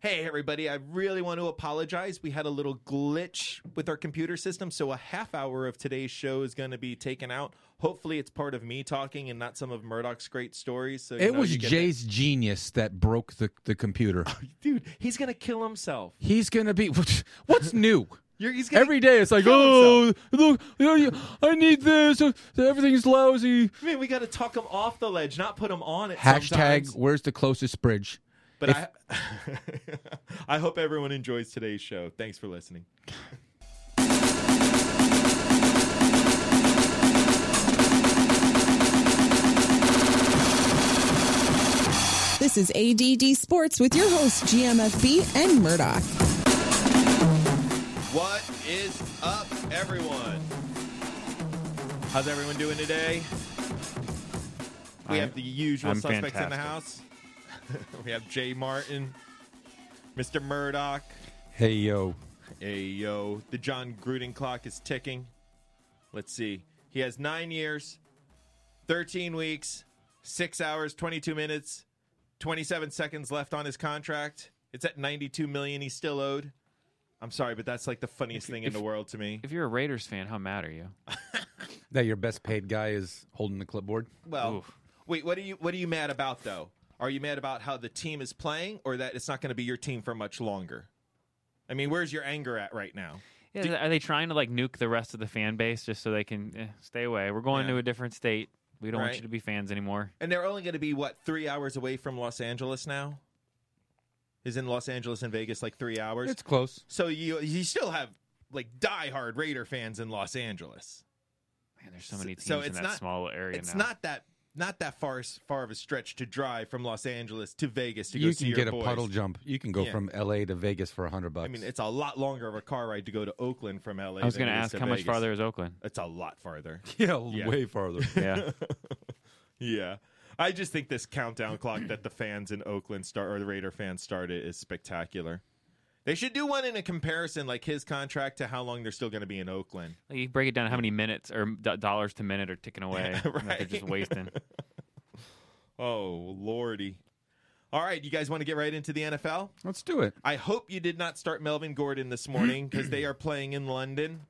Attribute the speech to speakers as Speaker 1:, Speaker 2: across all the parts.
Speaker 1: Hey, everybody, I really want to apologize. We had a little glitch with our computer system, so a half hour of today's show is going to be taken out. Hopefully, it's part of me talking and not some of Murdoch's great stories. So you
Speaker 2: It
Speaker 1: know,
Speaker 2: was
Speaker 1: you get-
Speaker 2: Jay's genius that broke the, the computer.
Speaker 1: Dude, he's going to kill himself.
Speaker 2: He's going to be. What's new?
Speaker 1: You're, he's gonna,
Speaker 2: Every day it's like,
Speaker 1: kill
Speaker 2: oh, look, you know, I need this. uh, Everything's lousy.
Speaker 1: Man, we got to talk him off the ledge, not put him on it.
Speaker 2: Hashtag,
Speaker 1: sometimes.
Speaker 2: where's the closest bridge?
Speaker 1: But I, I hope everyone enjoys today's show. Thanks for listening.
Speaker 3: This is ADD Sports with your hosts, GMFB and Murdoch.
Speaker 1: What is up, everyone? How's everyone doing today? We
Speaker 4: I'm-
Speaker 1: have the usual
Speaker 4: I'm
Speaker 1: suspects in the
Speaker 4: fantastic.
Speaker 1: house. we have Jay Martin, Mr. Murdoch.
Speaker 2: Hey, yo.
Speaker 1: Hey, yo. The John Gruden clock is ticking. Let's see. He has nine years, 13 weeks, six hours, 22 minutes, 27 seconds left on his contract. It's at 92 million he's still owed. I'm sorry, but that's like the funniest thing in the world to me.
Speaker 4: If you're a Raiders fan, how mad are you?
Speaker 2: That your best paid guy is holding the clipboard?
Speaker 1: Well,
Speaker 4: Oof.
Speaker 1: wait. What are you What are you mad about though? Are you mad about how the team is playing, or that it's not going to be your team for much longer? I mean, where's your anger at right now?
Speaker 4: Yeah, are they trying to like nuke the rest of the fan base just so they can eh, stay away? We're going
Speaker 1: Yeah.
Speaker 4: to a different state. We don't want
Speaker 1: Right.
Speaker 4: you to be fans anymore.
Speaker 1: And they're only going to be what three hours away from Los Angeles now. Is in Los Angeles and Vegas like three hours.
Speaker 2: It's close.
Speaker 1: so you you still have like diehard Raider fans in Los Angeles.
Speaker 4: Man, there's so many teams
Speaker 1: so
Speaker 4: in
Speaker 1: it's
Speaker 4: that
Speaker 1: not-
Speaker 4: small area
Speaker 1: It's
Speaker 4: now.
Speaker 1: not that not that far as- far of a stretch to drive from Los Angeles to Vegas to go
Speaker 2: You
Speaker 1: see
Speaker 2: can
Speaker 1: your
Speaker 2: get a
Speaker 1: boys.
Speaker 2: puddle jump. You can go
Speaker 1: Yeah.
Speaker 2: from L.A. to Vegas for a 100 bucks.
Speaker 1: I mean, it's a lot longer of a car ride to go to Oakland from LA.
Speaker 4: I was
Speaker 1: than
Speaker 4: going to
Speaker 1: it is
Speaker 4: ask
Speaker 1: to
Speaker 4: how much
Speaker 1: Vegas.
Speaker 4: farther is Oakland?
Speaker 1: It's a lot farther.
Speaker 2: yeah,
Speaker 1: yeah.
Speaker 2: way farther.
Speaker 4: Yeah.
Speaker 1: yeah. I just think this countdown clock that the fans in Oakland start or the Raider fans started is spectacular. They should do one in a comparison, like his contract to how long they're still going to be in Oakland.
Speaker 4: Like, you break it down how many minutes or do- dollars to minute are ticking away that they're
Speaker 1: right.
Speaker 4: just wasting.
Speaker 1: Oh, lordy. All right, you guys want to get right into the NFL?
Speaker 2: Let's do it.
Speaker 1: I hope you did not start Melvin Gordon this morning because they are playing in London.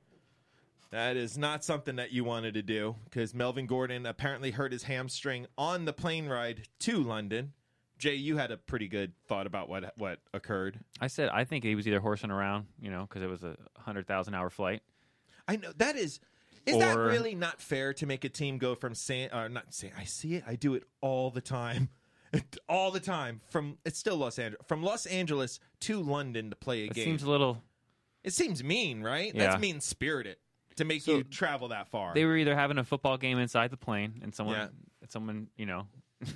Speaker 1: That is not something that you wanted to do because Melvin Gordon apparently hurt his hamstring on the plane ride to London. Jay, you had a pretty good thought about what what occurred.
Speaker 4: I said I think he was either horsing around, you know, because it was a hundred thousand hour flight.
Speaker 1: I know that is is that
Speaker 4: Or-
Speaker 1: really not fair to make a team go from San or not San I see it I do it all the time. all the time from it's still Los Angeles from Los Angeles to London to play a
Speaker 4: It
Speaker 1: game.
Speaker 4: seems a little.
Speaker 1: It seems mean, right?
Speaker 4: Yeah.
Speaker 1: That's mean spirited to make
Speaker 4: So-
Speaker 1: you travel that far.
Speaker 4: They were either having a football game inside the plane, and someone,
Speaker 1: Yeah.
Speaker 4: someone, you know,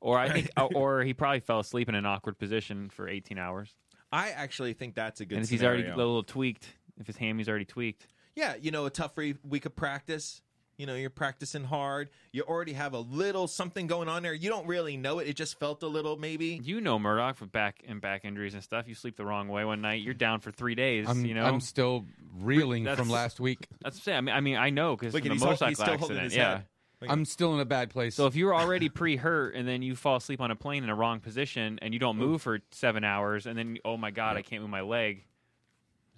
Speaker 4: or I think, or, or he probably fell asleep in an awkward position for eighteen hours,
Speaker 1: I actually think that's a good.
Speaker 4: and if he's already a
Speaker 1: scenario.
Speaker 4: little tweaked, if his hammy's already tweaked,
Speaker 1: yeah, you know, a tough re- week of practice. You know, you're practicing hard. You already have a little something going on there. You don't really know it. It just felt a little, maybe.
Speaker 4: you know Murdoch with back and back injuries and stuff. You sleep the wrong way one night, you're down for three days.
Speaker 2: I'm,
Speaker 4: you know,
Speaker 2: I'm still reeling
Speaker 4: That's-
Speaker 2: from last week.
Speaker 4: that's what I'm saying. I mean, I mean, I know because the
Speaker 1: Look at he's, hol-
Speaker 4: motorcycle
Speaker 1: he's still holding
Speaker 4: accident.
Speaker 1: his
Speaker 4: yeah.
Speaker 1: head. Look at-
Speaker 2: I'm still in a bad place.
Speaker 4: So if you're already pre-hurt and then you fall asleep on a plane in a wrong position and you don't move for seven hours and then oh my god I can't move my leg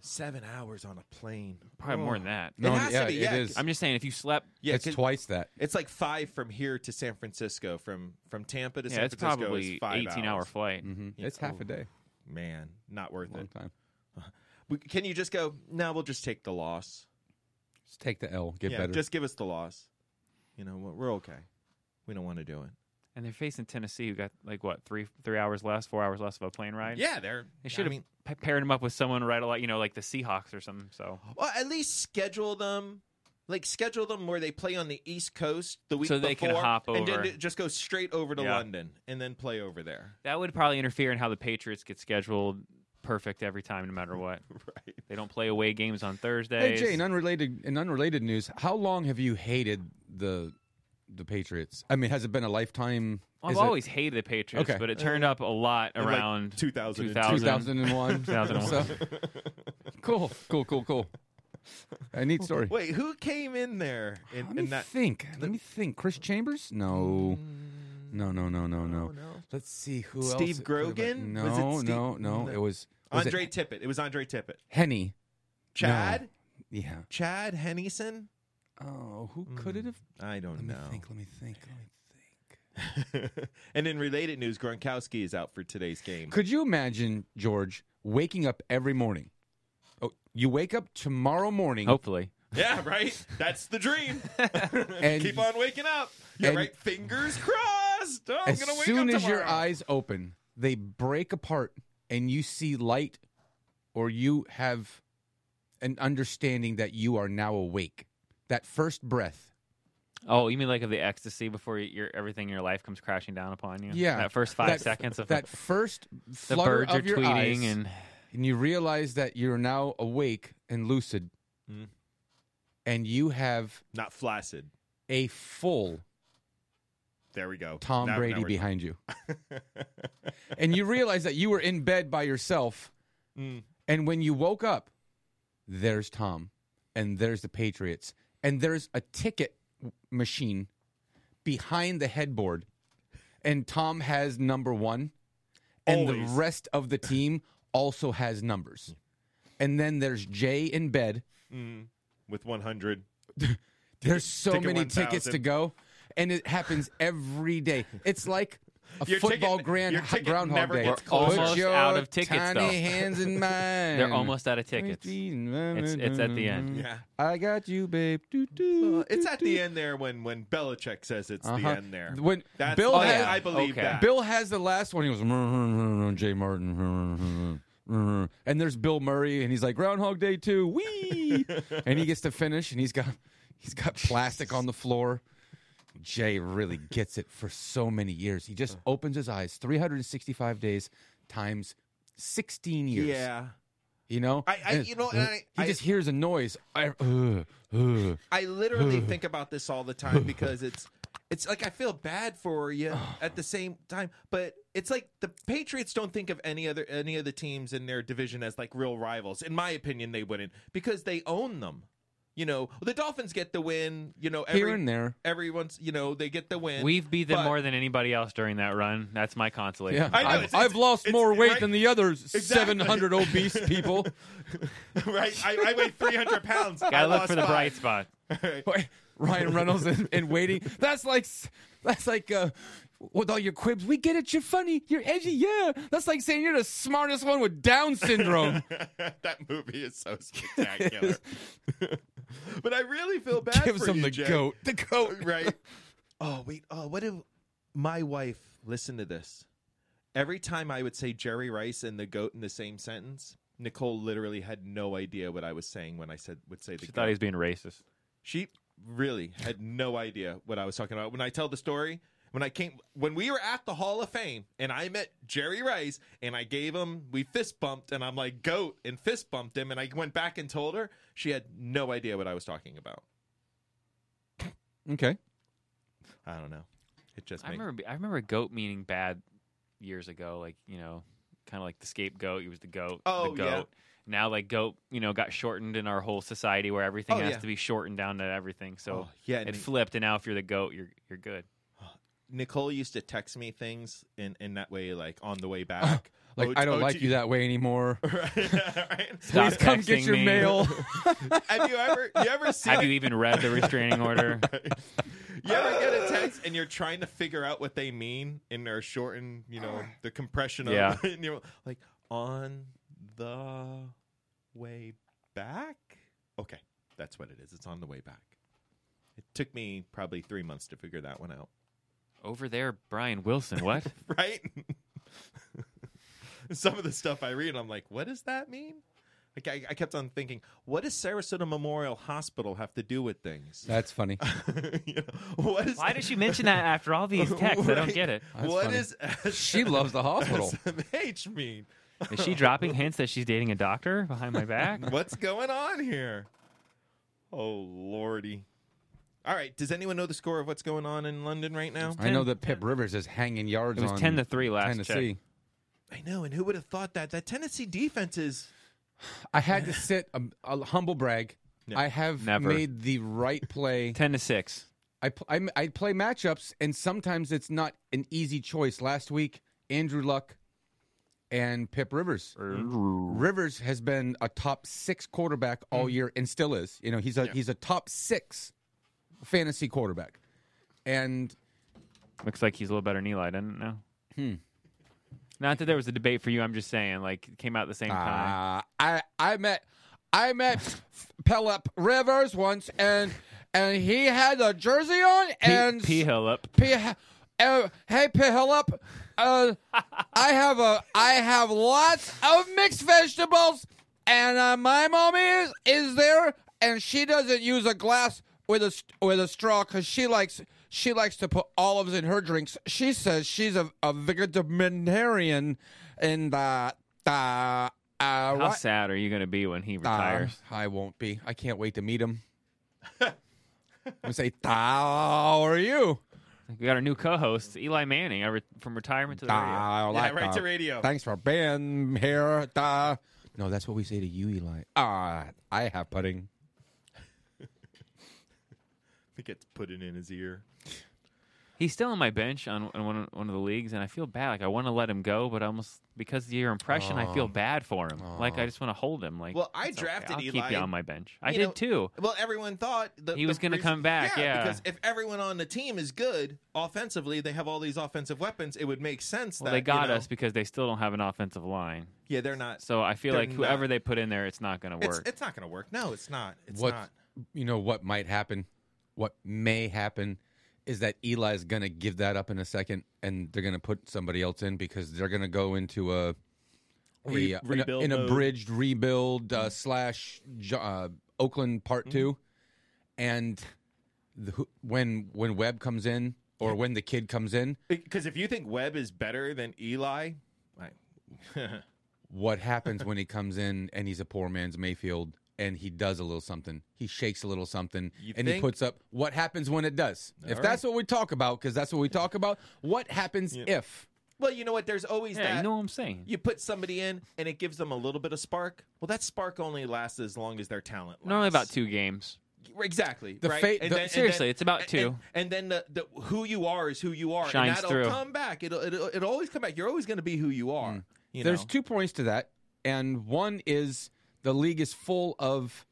Speaker 1: Seven hours on a plane.
Speaker 4: probably
Speaker 2: Oh.
Speaker 4: more than that
Speaker 1: It has to
Speaker 2: yeah,
Speaker 1: be,
Speaker 2: it
Speaker 1: yeah.
Speaker 2: is.
Speaker 4: I'm just saying if you slept
Speaker 1: Yeah,
Speaker 2: it's
Speaker 1: 'cause
Speaker 2: twice that.
Speaker 1: it's like five from here to San Francisco. From from Tampa to
Speaker 4: yeah
Speaker 1: San
Speaker 4: it's
Speaker 1: Francisco
Speaker 4: probably
Speaker 1: is five
Speaker 4: 18 hour
Speaker 1: hours.
Speaker 4: flight
Speaker 2: Mm-hmm. It's half a day.
Speaker 1: Man, not worth
Speaker 2: Long
Speaker 1: it.
Speaker 2: time.
Speaker 1: We, can you just go? No, we'll just take the loss.
Speaker 2: Just take the L. Get
Speaker 1: yeah,
Speaker 2: better.
Speaker 1: just give us the loss. You know, we're we're okay. We don't want to do it.
Speaker 4: and they're facing Tennessee who got like what three three hours less four hours less of a plane ride
Speaker 1: Yeah, they're
Speaker 4: they should
Speaker 1: I
Speaker 4: have
Speaker 1: mean,
Speaker 4: pa- paired him up with someone right a lot you know like the Seahawks or something so
Speaker 1: well, at least schedule them. Like schedule them where they play on the East Coast the week
Speaker 4: So they can
Speaker 1: before,
Speaker 4: hop
Speaker 1: and then
Speaker 4: over.
Speaker 1: d- just go straight over to
Speaker 4: Yeah.
Speaker 1: London and then play over there.
Speaker 4: that would probably interfere in how the Patriots get scheduled perfect every time no matter what
Speaker 1: Right.
Speaker 4: they don't play away games on
Speaker 2: Hey
Speaker 4: Thursdays
Speaker 2: Jay, in unrelated in unrelated news, how long have you hated the the Patriots? I mean, has it been a lifetime?
Speaker 4: Well, I've
Speaker 2: Is it
Speaker 4: always hated the Patriots,
Speaker 2: Okay.
Speaker 4: but it turned up a lot
Speaker 1: like,
Speaker 4: around
Speaker 1: 2002.
Speaker 2: 2001.
Speaker 4: 2001.
Speaker 2: cool, cool, cool, cool. A neat story.
Speaker 1: Wait, who came in there in,
Speaker 2: Let me
Speaker 1: in that?
Speaker 2: think. Let me think. Chris Chambers? No. No, no, no, no, no.
Speaker 1: no.
Speaker 2: Let's see who else.
Speaker 1: Steve
Speaker 2: it could've
Speaker 1: Grogan?
Speaker 2: been. No,
Speaker 1: Was it Steve-
Speaker 2: no, no.
Speaker 1: no.
Speaker 2: It was, was
Speaker 1: Andre
Speaker 2: It
Speaker 1: Tippett. It was Andre Tippett.
Speaker 2: Henny.
Speaker 1: Chad?
Speaker 2: Yeah.
Speaker 1: Chad Hennison?
Speaker 2: Oh, who could it have?
Speaker 1: I don't
Speaker 2: Let me
Speaker 1: know.
Speaker 2: think. Let me think. Let me think.
Speaker 1: and in related news, Gronkowski is out for today's game.
Speaker 2: Could you imagine George waking up every morning? Oh, you wake up tomorrow morning.
Speaker 4: Hopefully.
Speaker 1: yeah, right? That's the dream.
Speaker 2: and
Speaker 1: Keep on waking up. Yeah,
Speaker 2: and-
Speaker 1: right? Fingers crossed. Oh, I'm
Speaker 2: as
Speaker 1: going to wake
Speaker 2: soon
Speaker 1: up
Speaker 2: as your
Speaker 1: tomorrow.
Speaker 2: eyes open, they break apart, and you see light, or you have an understanding that you are now awake. That first breath.
Speaker 4: Oh, you mean like of the ecstasy before y- your everything in your life comes crashing down upon you?
Speaker 2: Yeah.
Speaker 4: That first five
Speaker 2: that,
Speaker 4: seconds of
Speaker 2: that first
Speaker 4: the
Speaker 2: flutter
Speaker 4: birds are
Speaker 2: of your
Speaker 4: tweeting
Speaker 2: eyes,
Speaker 4: and
Speaker 2: and you realize that you're now awake and lucid,
Speaker 1: Mm.
Speaker 2: and you have
Speaker 1: Not flaccid.
Speaker 2: a full
Speaker 1: There we go.
Speaker 2: Tom
Speaker 1: Now- now
Speaker 2: Brady
Speaker 1: we're-
Speaker 2: behind you. and you realize that you were in bed by yourself.
Speaker 1: Mm.
Speaker 2: And when you woke up, there's Tom and there's the Patriots and there's a ticket w- machine behind the headboard. And Tom has number one, and
Speaker 1: Always.
Speaker 2: the rest of the team also has numbers. And then there's Jay in bed.
Speaker 1: With 100.
Speaker 2: There's so
Speaker 1: ticket
Speaker 2: many
Speaker 1: 1,000.
Speaker 2: tickets to go, and it happens every day. It's like a
Speaker 1: Your
Speaker 2: football
Speaker 1: ticket-
Speaker 2: grand
Speaker 1: your ticket
Speaker 2: groundhog
Speaker 1: never
Speaker 2: day.
Speaker 1: gets
Speaker 2: Put
Speaker 4: closer.
Speaker 2: your
Speaker 4: Almost out of tickets,
Speaker 2: tiny
Speaker 4: though.
Speaker 2: hands in mine.
Speaker 4: they're almost out of tickets.
Speaker 2: It's,
Speaker 4: it's at the end.
Speaker 2: Mm.
Speaker 1: Yeah.
Speaker 2: I got you, babe. Doo, doo,
Speaker 1: Well, it's
Speaker 2: doo,
Speaker 1: at the
Speaker 2: doo.
Speaker 1: end there when when Belichick says it's the
Speaker 2: Uh-huh.
Speaker 1: end there.
Speaker 2: When
Speaker 1: That's,
Speaker 2: Bill,
Speaker 1: I-
Speaker 2: has,
Speaker 1: I believe
Speaker 4: okay.
Speaker 1: that.
Speaker 2: Bill has the last one. He goes, "Mm, mm, mm, mm, Jay Martin. mm, mm, mm, mm." and there's Bill Murray, and he's like Groundhog Day too. Wee! and he gets to finish, and he's got he's got plastic on the floor. Jay really gets it for so many years. He just
Speaker 1: Uh-huh.
Speaker 2: opens his eyes 365 days times 16 years.
Speaker 1: yeah.
Speaker 2: You know?
Speaker 1: I- I-
Speaker 2: And-
Speaker 1: you know, and I-
Speaker 2: he
Speaker 1: I-
Speaker 2: just hears a noise. I, uh, uh.
Speaker 1: I literally think about this all the time because it's it's like I feel bad for you at the same time, but it's like the Patriots don't think of any other any of the teams in their division as like real rivals. In my opinion, they wouldn't because they own them. You know, the Dolphins get the win. You know, every,
Speaker 2: Here and there.
Speaker 1: everyone's you know they get the win.
Speaker 4: We've beat them
Speaker 1: But-
Speaker 4: more than anybody else during that run. That's my consolation.
Speaker 2: Yeah,
Speaker 1: I know,
Speaker 2: I've,
Speaker 1: it's- it's-
Speaker 2: I've lost
Speaker 1: it's-
Speaker 2: more weight
Speaker 1: right?
Speaker 2: than the other
Speaker 1: Exactly.
Speaker 2: 700 obese people.
Speaker 1: right. I, I weigh three hundred pounds. I
Speaker 4: Gotta look
Speaker 1: lost
Speaker 4: for the bright
Speaker 1: five.
Speaker 4: spot.
Speaker 2: Ryan Reynolds and, and waiting. That's like s- that's like uh, with all your quibs. We get it. You're funny. You're edgy. Yeah. That's like saying you're the smartest one with Down syndrome.
Speaker 1: that movie is so spectacular. but I really feel bad
Speaker 2: Gives
Speaker 1: for
Speaker 2: him
Speaker 1: you,
Speaker 2: the
Speaker 1: Jay.
Speaker 2: goat. The goat.
Speaker 1: right? Oh wait. Oh, what if my wife listened to this? Every time I would say Jerry Rice and the goat in the same sentence, Nicole literally had no idea what I was saying when I said would say the
Speaker 4: She
Speaker 1: goat.
Speaker 4: thought he was being racist.
Speaker 1: she really had no idea what I was talking about when I tell the story. When I came, when we were at the Hall of Fame, and I met Jerry Rice, and I gave him, we fist bumped, and I'm like goat, and fist bumped him, and I went back and told her. She had no idea what I was talking about.
Speaker 2: Okay.
Speaker 1: I don't know. It just.
Speaker 4: I
Speaker 1: made-
Speaker 4: remember. I remember goat meaning bad years ago. Like you know, kind of like the scapegoat. He was the goat.
Speaker 1: Oh,
Speaker 4: the
Speaker 1: yeah.
Speaker 4: goat. Now like goat, you know, got shortened in our whole society where everything
Speaker 1: Oh,
Speaker 4: has
Speaker 1: yeah.
Speaker 4: to be shortened down to everything. So
Speaker 1: Oh, yeah,
Speaker 4: it
Speaker 1: and-
Speaker 4: flipped, and now if you're the goat, you're you're good.
Speaker 1: Nicole used to text me things in, in that way, like on the way back. Oh,
Speaker 2: Like I don't like you that way anymore.
Speaker 1: that.
Speaker 4: Stop
Speaker 2: Please come get
Speaker 4: texting
Speaker 2: your
Speaker 4: me.
Speaker 2: mail.
Speaker 1: Have you ever you ever seen
Speaker 4: Have you even read the restraining order?
Speaker 1: you ever get a text and you're trying to figure out what they mean in their shortened, you know, the compression of
Speaker 4: Yeah.
Speaker 1: and you're like on the way back? Okay. That's what it is. It's on the way back. It took me probably three months to figure that one out.
Speaker 4: Over there, Brian Wilson. What?
Speaker 1: right? Some of the stuff I read, I'm like, what does that mean? Like, I, I kept on thinking, what does Sarasota Memorial Hospital have to do with things?
Speaker 2: That's funny.
Speaker 1: you know, what is
Speaker 4: Why did she mention that after all these texts? I don't
Speaker 1: Right?
Speaker 4: get it.
Speaker 2: That's
Speaker 1: What
Speaker 2: funny.
Speaker 1: is
Speaker 2: She loves the hospital.
Speaker 1: SMH mean?
Speaker 4: Is she dropping hints that she's dating a doctor behind my back?
Speaker 1: What's going on here? Oh lordy! All right, does anyone know the score of what's going on in London right now?
Speaker 2: I know that Pip Rivers is hanging yards
Speaker 4: It was
Speaker 2: on
Speaker 4: 10 to 3 last check.
Speaker 2: Tennessee.
Speaker 1: I know, and who would have thought that that Tennessee defense is
Speaker 2: I had to sit a, a humble brag. I have
Speaker 4: Never.
Speaker 2: made the right play
Speaker 4: Ten to six.
Speaker 2: I, pl- I I play matchups, and sometimes it's not an easy choice. Last week, Andrew Luck and Pip Rivers. Rivers has been a top six quarterback all
Speaker 4: Mm.
Speaker 2: year, and still is. You know, he's a he's a top six fantasy quarterback, and
Speaker 4: Looks like he's a little better than Eli, doesn't it? No.
Speaker 2: Hmm.
Speaker 4: Not that there was a debate for you. I'm just saying, like, it came out at the same time.
Speaker 2: Uh, I I met I met Pelop Rivers once, and and he had a jersey on, and
Speaker 4: P. Hillip.
Speaker 2: P- uh, hey Pelop, uh, I have a I have lots of mixed vegetables, and uh, my mommy is is there, and she doesn't use a glass with a st- with a straw because she likes. She likes to put olives in her drinks. She says she's a, a vegetarian, and uh, uh, uh,
Speaker 4: How sad are you going to be when he retires?
Speaker 2: Ah, I won't be. I can't wait to meet him. I'm gonna say, "How are you?"
Speaker 4: we got our new co-host, Eli Manning, I re- from retirement to the radio.
Speaker 2: "Thou
Speaker 1: Yeah,
Speaker 2: like
Speaker 1: right
Speaker 2: a-
Speaker 1: to radio.
Speaker 2: Thanks for being here. Thou-" No, that's what we say to you, Eli. Ah, I have pudding.
Speaker 1: He gets put it in his ear.
Speaker 4: He's still on my bench on, on one, of- one of the leagues, and I feel bad. Like I want to let him go, but I almost because of your impression, I
Speaker 2: Oh.
Speaker 4: feel bad for him. Like I just want to hold him. Like,
Speaker 1: Well, I
Speaker 4: it's okay.
Speaker 1: drafted
Speaker 4: I'll
Speaker 1: Eli.
Speaker 4: Keep you on my bench. I
Speaker 1: You
Speaker 4: did
Speaker 1: know,
Speaker 4: too.
Speaker 1: Well, everyone thought the,
Speaker 4: He
Speaker 1: the
Speaker 4: was gonna
Speaker 1: reason-
Speaker 4: come back, yeah.
Speaker 1: because if everyone on the team is good offensively, they have all these offensive weapons. It would make sense
Speaker 4: Well,
Speaker 1: that
Speaker 4: they got
Speaker 1: you know,
Speaker 4: us because they still don't have an offensive line.
Speaker 1: Yeah, they're not.
Speaker 4: So I feel
Speaker 1: They're
Speaker 4: like whoever
Speaker 1: not.
Speaker 4: they put in there, it's not going to
Speaker 1: it's,
Speaker 4: work.
Speaker 1: it's not going to work. No, it's not. It's
Speaker 2: what
Speaker 1: not.
Speaker 2: you know? What might happen? What may happen is that Eli's gonna give that up in a second, and they're gonna put somebody else in because they're gonna go into a. a,
Speaker 1: Re-
Speaker 2: uh, in a-
Speaker 1: rebuild
Speaker 2: in, a,
Speaker 1: mode. Mm-hmm.
Speaker 2: bridged rebuild uh, slash Jo- uh, Oakland Part Two, and the, who- when when Webb comes in or when the kid comes in,
Speaker 1: Because if you think Webb is better than Eli, like,
Speaker 2: what happens when he comes in and he's a poor man's Mayfield and he does a little something, he shakes a little something,
Speaker 1: You
Speaker 2: and he
Speaker 1: think?
Speaker 2: puts up. What happens when it does? if that's what we talk about, because that's what we talk about. What happens if?
Speaker 1: well, you know what? There's always
Speaker 4: yeah,
Speaker 1: that.
Speaker 4: you know what I'm saying.
Speaker 1: you put somebody in and it gives them a little bit of spark. Well, that spark only lasts as long as their talent. Lasts.
Speaker 4: Normally about two games.
Speaker 1: Exactly.
Speaker 2: The
Speaker 1: right?
Speaker 2: fate- the-
Speaker 4: Seriously, it's about
Speaker 1: and-
Speaker 4: two.
Speaker 1: And, and then the, the who you are is who you are,
Speaker 4: Shines
Speaker 1: and that'll
Speaker 4: through.
Speaker 1: come back. It'll, it'll it'll always come back. You're always going to be who you are. You
Speaker 2: Mm. There's
Speaker 1: know?
Speaker 2: two points to that, and one is the league is full of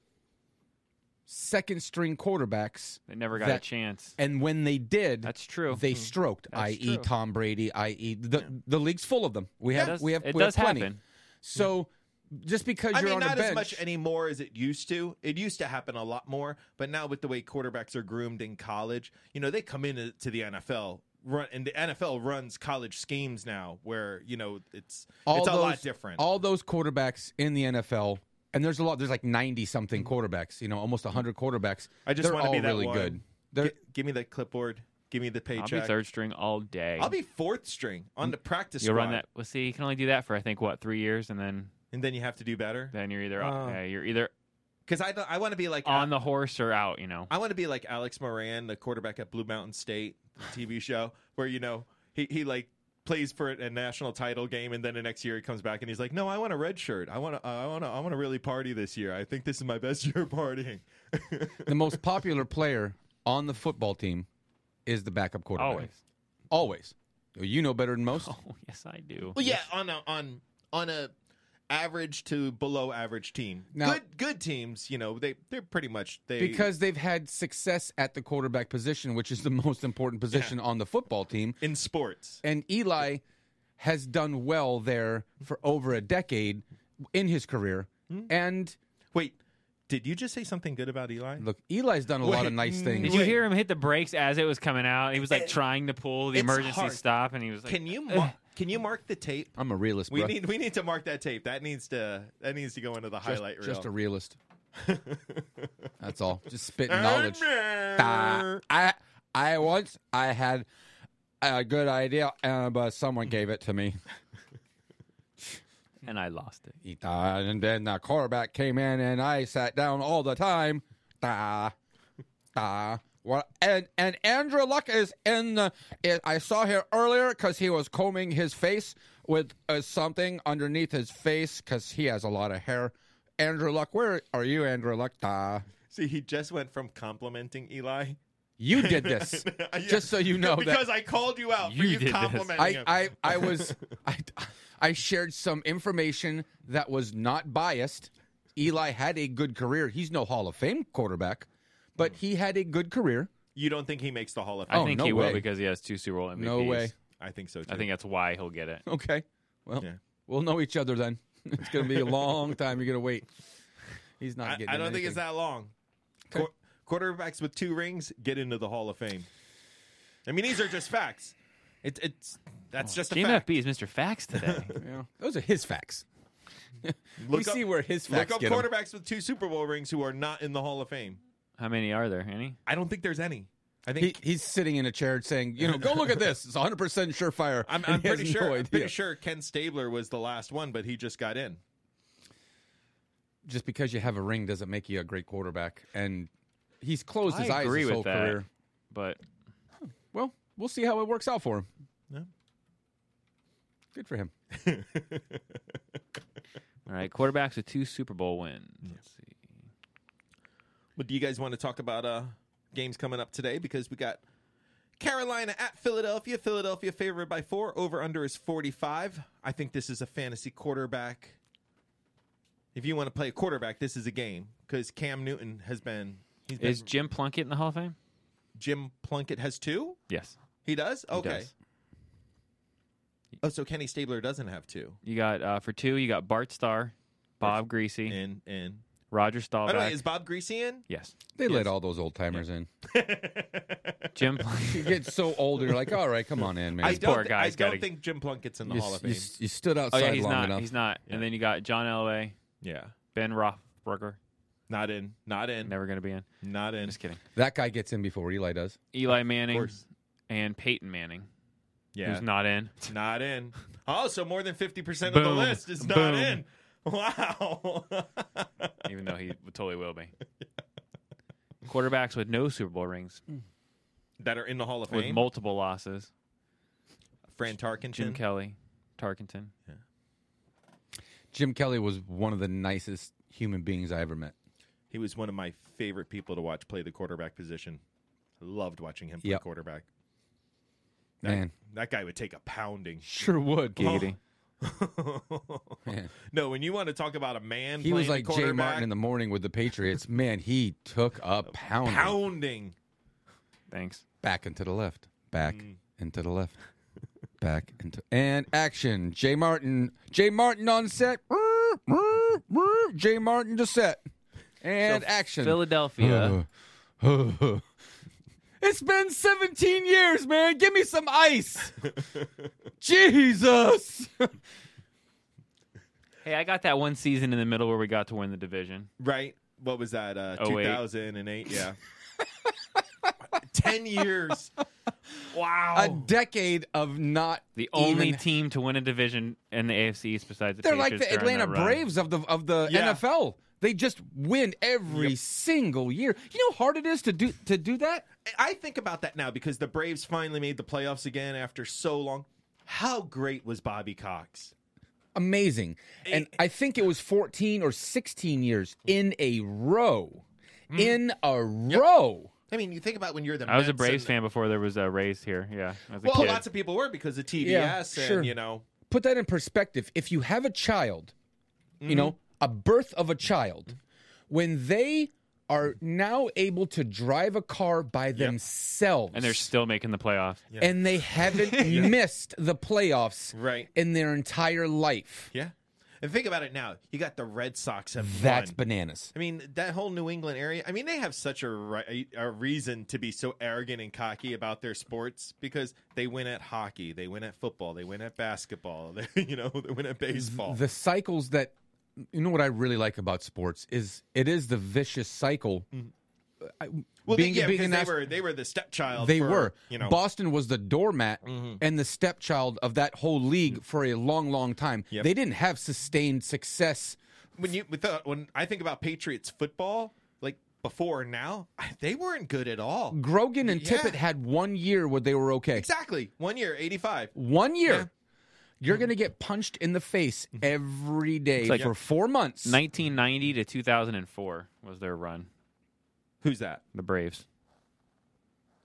Speaker 2: second string quarterbacks,
Speaker 4: They never got a
Speaker 2: That-
Speaker 4: chance.
Speaker 2: and when they did,
Speaker 4: That's true.
Speaker 2: They
Speaker 1: Hmm.
Speaker 2: stroked,
Speaker 4: That's
Speaker 2: i.e.,
Speaker 4: true.
Speaker 2: Tom Brady, i.e., the the league's full of them. We
Speaker 4: It
Speaker 2: have
Speaker 4: does-
Speaker 2: we have
Speaker 4: it
Speaker 2: we have
Speaker 4: does
Speaker 2: plenty.
Speaker 4: happen.
Speaker 2: So just because
Speaker 1: I
Speaker 2: you're
Speaker 1: mean,
Speaker 2: on
Speaker 1: not
Speaker 2: a bench,
Speaker 1: as much anymore as it used to. It used to happen a lot more, but now with the way quarterbacks are groomed in college, you know, they come into to the NFL run, and the NFL runs college schemes now, where you know it's
Speaker 2: all
Speaker 1: it's a
Speaker 2: those,
Speaker 1: lot different.
Speaker 2: All those quarterbacks in the NFL, and there's a lot. There's like ninety something quarterbacks. You know, almost hundred quarterbacks.
Speaker 1: Mm-hmm. I just
Speaker 2: They're
Speaker 1: want to
Speaker 2: all
Speaker 1: be that
Speaker 2: really
Speaker 1: one.
Speaker 2: good.
Speaker 1: Gi-
Speaker 2: They're,
Speaker 1: give me that clipboard. Give me the
Speaker 4: I'll
Speaker 1: paycheck.
Speaker 4: be third string all day.
Speaker 1: I'll be fourth string on the practice
Speaker 4: You'll
Speaker 1: squad,
Speaker 4: run that. Well, see, you can only do that for I think what three years, and then
Speaker 1: and then you have to do better.
Speaker 4: then you're either
Speaker 2: Uh.
Speaker 1: Oh.
Speaker 4: yeah, you're either
Speaker 1: Because I don't- I want to be like
Speaker 4: on the horse or out. You know.
Speaker 1: I want to be like Alex Moran, the quarterback at Blue Mountain State the TV show, where you know he he like plays for a national title game, and then the next year he comes back and he's like, "No, I want a red shirt. I want to I want to I want to really party this year. I think this is my best year partying."
Speaker 2: the most popular player on the football team is the backup quarterback.
Speaker 4: Always.
Speaker 2: always. You know better than most.
Speaker 4: Oh yes, I do.
Speaker 1: Well, yeah, on a on on a average to below average team.
Speaker 2: Now-
Speaker 1: good good teams, you know, they they're pretty much they
Speaker 2: Because they've had success at the quarterback position, which is the most important position on the football team.
Speaker 1: in sports.
Speaker 2: and Eli has done well there for over a decade in his career.
Speaker 1: Hmm?
Speaker 2: And
Speaker 1: Wait, did you just say something good about Eli?
Speaker 2: look, Eli's done a lot of
Speaker 1: Wait,
Speaker 2: nice
Speaker 1: mm-hmm.
Speaker 2: things.
Speaker 4: Did you
Speaker 1: Wait.
Speaker 4: hear him hit the brakes as it was coming out? He was like trying to pull the
Speaker 1: it's
Speaker 4: emergency
Speaker 1: hard.
Speaker 4: stop, and he was like,
Speaker 1: Can you mar- can you mark the tape?
Speaker 2: I'm a realist,
Speaker 1: We
Speaker 2: bruh.
Speaker 1: need we need to mark that tape. That needs to that needs to go into the
Speaker 2: just,
Speaker 1: highlight reel.
Speaker 2: just a realist. That's all. Just spitting
Speaker 1: Amen.
Speaker 2: knowledge. Ah, I I once I had a good idea, uh, but someone gave it to me.
Speaker 4: and I lost it.
Speaker 2: Uh, and then the quarterback came in, and I sat down all the time. Da, da. What? And and Andrew Luck is in the. It, I saw him earlier because he was combing his face with uh, something underneath his face because he has a lot of hair. Andrew Luck, where are you, Andrew Luck? Da.
Speaker 1: See, he just went from complimenting Eli
Speaker 2: You did this.
Speaker 1: Yeah.
Speaker 2: Just so you know that-
Speaker 1: because I called you out for
Speaker 4: You
Speaker 1: you,
Speaker 4: did this.
Speaker 1: complimenting
Speaker 2: I,
Speaker 1: him.
Speaker 2: I, I was I, I shared some information that was not biased. Eli had a good career. He's no Hall of Fame quarterback,
Speaker 1: Mm.
Speaker 2: but he had a good career.
Speaker 1: you don't think he makes the Hall of Fame?
Speaker 4: I
Speaker 2: Oh,
Speaker 4: think
Speaker 2: no
Speaker 4: he
Speaker 2: way.
Speaker 4: will because he has two Super Bowl MVPs.
Speaker 2: No way.
Speaker 1: I think so too.
Speaker 4: I think that's why he'll get it.
Speaker 2: Okay. Well,
Speaker 1: Yeah.
Speaker 2: we'll know each other then. It's going to be a long time. You're going to wait. He's not
Speaker 1: I,
Speaker 2: getting.
Speaker 1: I don't think it's that
Speaker 2: anything.
Speaker 1: long. Quar- quarterbacks with two rings get into the Hall of Fame. I mean, these are just facts. It, it's
Speaker 2: Oh,
Speaker 1: that's just a fact.
Speaker 4: GMFB is Mr. Facts today.
Speaker 2: Yeah. Those are his facts.
Speaker 1: Look
Speaker 2: we see where his
Speaker 1: look
Speaker 2: facts
Speaker 1: up
Speaker 2: get 'em.
Speaker 1: quarterbacks with two Super Bowl rings who are not in the Hall of Fame.
Speaker 4: How many are there? Any?
Speaker 1: I don't think there's any. I think
Speaker 2: He, he's sitting in a chair saying, you know, go look at this. It's 100% surefire.
Speaker 1: I'm,
Speaker 2: And
Speaker 1: I'm
Speaker 2: he has
Speaker 1: pretty
Speaker 2: no
Speaker 1: sure. I'm
Speaker 2: idea.
Speaker 1: pretty sure Ken Stabler was the last one, but he just got in.
Speaker 2: Just because you have a ring doesn't make you a great quarterback. And he's closed his
Speaker 4: I
Speaker 2: eyes
Speaker 4: agree
Speaker 2: his
Speaker 4: with
Speaker 2: whole
Speaker 4: that.
Speaker 2: career.
Speaker 4: But
Speaker 2: Well, we'll see how it works out for him.
Speaker 1: Yeah.
Speaker 2: Good for him.
Speaker 4: all right, quarterbacks with two Super Bowl wins. Let's see.
Speaker 1: But do you guys want to talk about uh, games coming up today? Because we got Carolina at Philadelphia. Philadelphia favored by four. Over under is 45. I think this is a fantasy quarterback. If you want to play a quarterback, this is a game because Cam Newton has been. He's been
Speaker 4: Is Jim Plunkett in the Hall of Fame?
Speaker 1: Jim Plunkett has two?
Speaker 4: Yes.
Speaker 1: He does?
Speaker 4: he
Speaker 1: Okay.
Speaker 4: does.
Speaker 1: Oh, so Kenny Stabler doesn't have two.
Speaker 4: You got uh, for two. You got Bart Starr, Bob Greasy,
Speaker 1: And, and.
Speaker 4: Roger
Speaker 1: By the way,
Speaker 4: Staubach.
Speaker 1: is Bob Greasy in?
Speaker 4: yes.
Speaker 2: They let all those old timers in.
Speaker 4: Jim. Plunkett.
Speaker 2: You get so old, and you're like, all right, come on in, man.
Speaker 1: I don't,
Speaker 4: poor
Speaker 1: thi-
Speaker 4: guy's
Speaker 1: I don't
Speaker 4: gotta-
Speaker 1: think Jim Plunkett's in the
Speaker 2: you,
Speaker 1: Hall of
Speaker 2: you-
Speaker 1: Fame.
Speaker 2: you stood
Speaker 4: Oh
Speaker 2: outside
Speaker 4: yeah, he's
Speaker 2: long
Speaker 4: not.
Speaker 2: enough.
Speaker 4: He's not. And then you got John Elway,
Speaker 1: Yeah.
Speaker 4: Ben Roethlisberger.
Speaker 1: Not in. Not in.
Speaker 4: Never going to be in.
Speaker 1: Not in.
Speaker 4: Just kidding.
Speaker 2: That guy gets in before Eli does.
Speaker 4: Eli Manning
Speaker 1: course.
Speaker 4: and Peyton Manning,
Speaker 1: Yeah.
Speaker 4: who's not in.
Speaker 1: Not in. Oh, so more than 50% of the
Speaker 4: Boom.
Speaker 1: list is not
Speaker 4: Boom.
Speaker 1: in. Wow.
Speaker 4: even though he totally will be. Quarterbacks with no Super Bowl rings,
Speaker 2: Mm.
Speaker 1: that are in the Hall of
Speaker 4: with
Speaker 1: Fame.
Speaker 4: multiple losses.
Speaker 1: Fran Tarkenton.
Speaker 4: Jim Kelly, Tarkenton.
Speaker 2: Jim Kelly was one of the nicest human beings I ever met.
Speaker 1: he was one of my favorite people to watch play the quarterback position. I loved watching him play
Speaker 2: Yep.
Speaker 1: quarterback. That,
Speaker 2: Man,
Speaker 1: That guy would take a pounding.
Speaker 2: sure would.
Speaker 4: Giggity.
Speaker 2: Man.
Speaker 1: no, when you want to talk about a man
Speaker 2: He
Speaker 1: playing
Speaker 2: was
Speaker 1: the
Speaker 2: like Jay
Speaker 1: quarterback,
Speaker 2: Martin in the morning with the Patriots. Man, he took a pound,
Speaker 1: pounding.
Speaker 4: Thanks.
Speaker 2: back and to the left, back
Speaker 4: Mm.
Speaker 2: and to the left, back into and action. Jay Martin, Jay Martin on set. Jay Martin to set and action. Uh.
Speaker 4: Philadelphia.
Speaker 2: it's been 17 years, man. Give me some ice. Jesus.
Speaker 4: hey, I got that one season in the middle where we got to win the division.
Speaker 1: Right? What was that? Uh,
Speaker 4: Oh, wait.
Speaker 1: 2008. Yeah. 10 years. Wow.
Speaker 2: A decade of not
Speaker 4: Oh. The only
Speaker 2: even-
Speaker 4: team to win a division in the AFC East besides the
Speaker 2: They're like
Speaker 4: Patriots
Speaker 2: the
Speaker 4: during
Speaker 2: Atlanta
Speaker 4: that run.
Speaker 2: Braves of the of the
Speaker 1: Yeah.
Speaker 2: NFL. They just win every single year. You know how hard it is to do to do that?
Speaker 1: I think about that now because the Braves finally made the playoffs again after so long. How great was Bobby Cox?
Speaker 2: Amazing. And I think it was 14 or 16 years in a row.
Speaker 4: Mm-hmm.
Speaker 2: In a row.
Speaker 1: I mean, you think about when you're the
Speaker 4: I was a
Speaker 1: Mets
Speaker 4: Braves
Speaker 1: and-
Speaker 4: fan before there was a Rays here. Yeah, as a
Speaker 1: Well,
Speaker 4: kid.
Speaker 1: lots of people were because of TBS
Speaker 2: Yeah, sure.
Speaker 1: and you know.
Speaker 2: Put that in perspective. If you have a child, you know,
Speaker 4: Mm-hmm.
Speaker 2: a birth of a child, when they are now able to drive a car by themselves
Speaker 4: and they're still making the playoffs.
Speaker 2: and they haven't missed the playoffs
Speaker 1: Right.
Speaker 2: in their entire life.
Speaker 1: Yeah. And think about it now. You got the Red Sox have
Speaker 2: That's
Speaker 1: won.
Speaker 2: bananas.
Speaker 1: I mean, that whole New England area. I mean, they have such a, ri- a reason to be so arrogant and cocky about their sports because they win at hockey, they win at football, they win at basketball, they, you know, they win at baseball.
Speaker 2: The cycles that you know what I really like about sports is it is the vicious cycle.
Speaker 1: Mm-hmm.
Speaker 2: I-
Speaker 1: well,
Speaker 2: being-
Speaker 1: they, yeah,
Speaker 2: being
Speaker 1: because
Speaker 2: an
Speaker 1: they
Speaker 2: ast-
Speaker 1: were they were the stepchild.
Speaker 2: they
Speaker 1: for,
Speaker 2: were.
Speaker 1: you know, Mm-hmm.
Speaker 2: Boston was the doormat and the stepchild of that whole league for a long, long time.
Speaker 1: Yep.
Speaker 2: They didn't have sustained success.
Speaker 1: when you with the, when I think about Patriots football, like before and now, I- they weren't good at all.
Speaker 2: Grogan and
Speaker 1: Yeah.
Speaker 2: Tippett had one year where they were okay.
Speaker 1: Exactly, one year, eighty-five.
Speaker 2: One year. You're going to
Speaker 1: Mm-hmm.
Speaker 2: get punched in the face every day
Speaker 4: like-
Speaker 2: for four months.
Speaker 4: 1990 to 2004 was their run.
Speaker 1: Who's that?
Speaker 4: The Braves.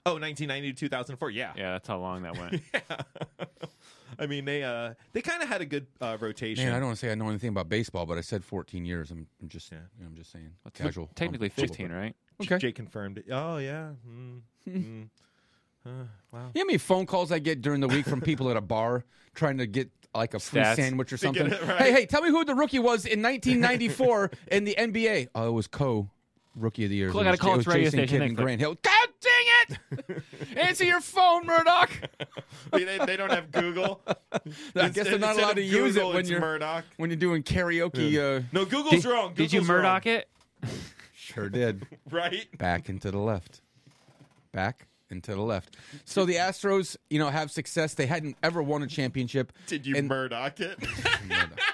Speaker 1: Oh, 1990 to 2004. Yeah.
Speaker 4: Yeah, that's how long that went.
Speaker 1: I mean, they uh, they kind of had a good uh, rotation.
Speaker 2: Man, I don't want to say I know anything about baseball, but I said 14 years. I'm, I'm just,
Speaker 1: Yeah.
Speaker 2: you know, I'm just saying. Casual. I'm
Speaker 4: Technically
Speaker 2: full of
Speaker 4: 15,
Speaker 2: it.
Speaker 4: right?
Speaker 1: J-
Speaker 2: Okay.
Speaker 1: Jay confirmed it. Oh, yeah.
Speaker 2: Hmm.
Speaker 1: Mm. Mm. Uh, wow.
Speaker 2: You know how many phone calls I get during the week from people at a bar trying to get like a free
Speaker 4: Stats.
Speaker 2: sandwich or something?
Speaker 1: it right.
Speaker 2: Hey, hey, tell me who the rookie was in 1994 in the NBA. Oh, it was Co. Rookie of the year.
Speaker 4: Cool, I
Speaker 2: It
Speaker 4: gotta
Speaker 2: was-
Speaker 4: call
Speaker 2: it
Speaker 4: this
Speaker 2: was
Speaker 4: radio
Speaker 2: Jason
Speaker 4: station
Speaker 2: Kidd
Speaker 4: next
Speaker 2: and
Speaker 4: time.
Speaker 2: Grant Hill. God dang it! Answer your phone, Murdoch.
Speaker 1: they, they- they don't have Google.
Speaker 2: I guess they're not
Speaker 1: Instead
Speaker 2: allowed
Speaker 1: of
Speaker 2: to use it
Speaker 1: Google,
Speaker 2: when
Speaker 1: it's
Speaker 2: you're
Speaker 1: Murdoch.
Speaker 2: when you're doing karaoke. Uh,
Speaker 1: No, Google's
Speaker 4: Did-
Speaker 1: wrong. Google's
Speaker 4: Did you Murdoch
Speaker 1: wrong.
Speaker 4: it?
Speaker 2: Sure did.
Speaker 1: Right?
Speaker 2: back and to the left. Back and to the left. So the Astros, you know, have success. They hadn't ever won a championship.
Speaker 1: Did you
Speaker 2: And-
Speaker 1: Murdoch it?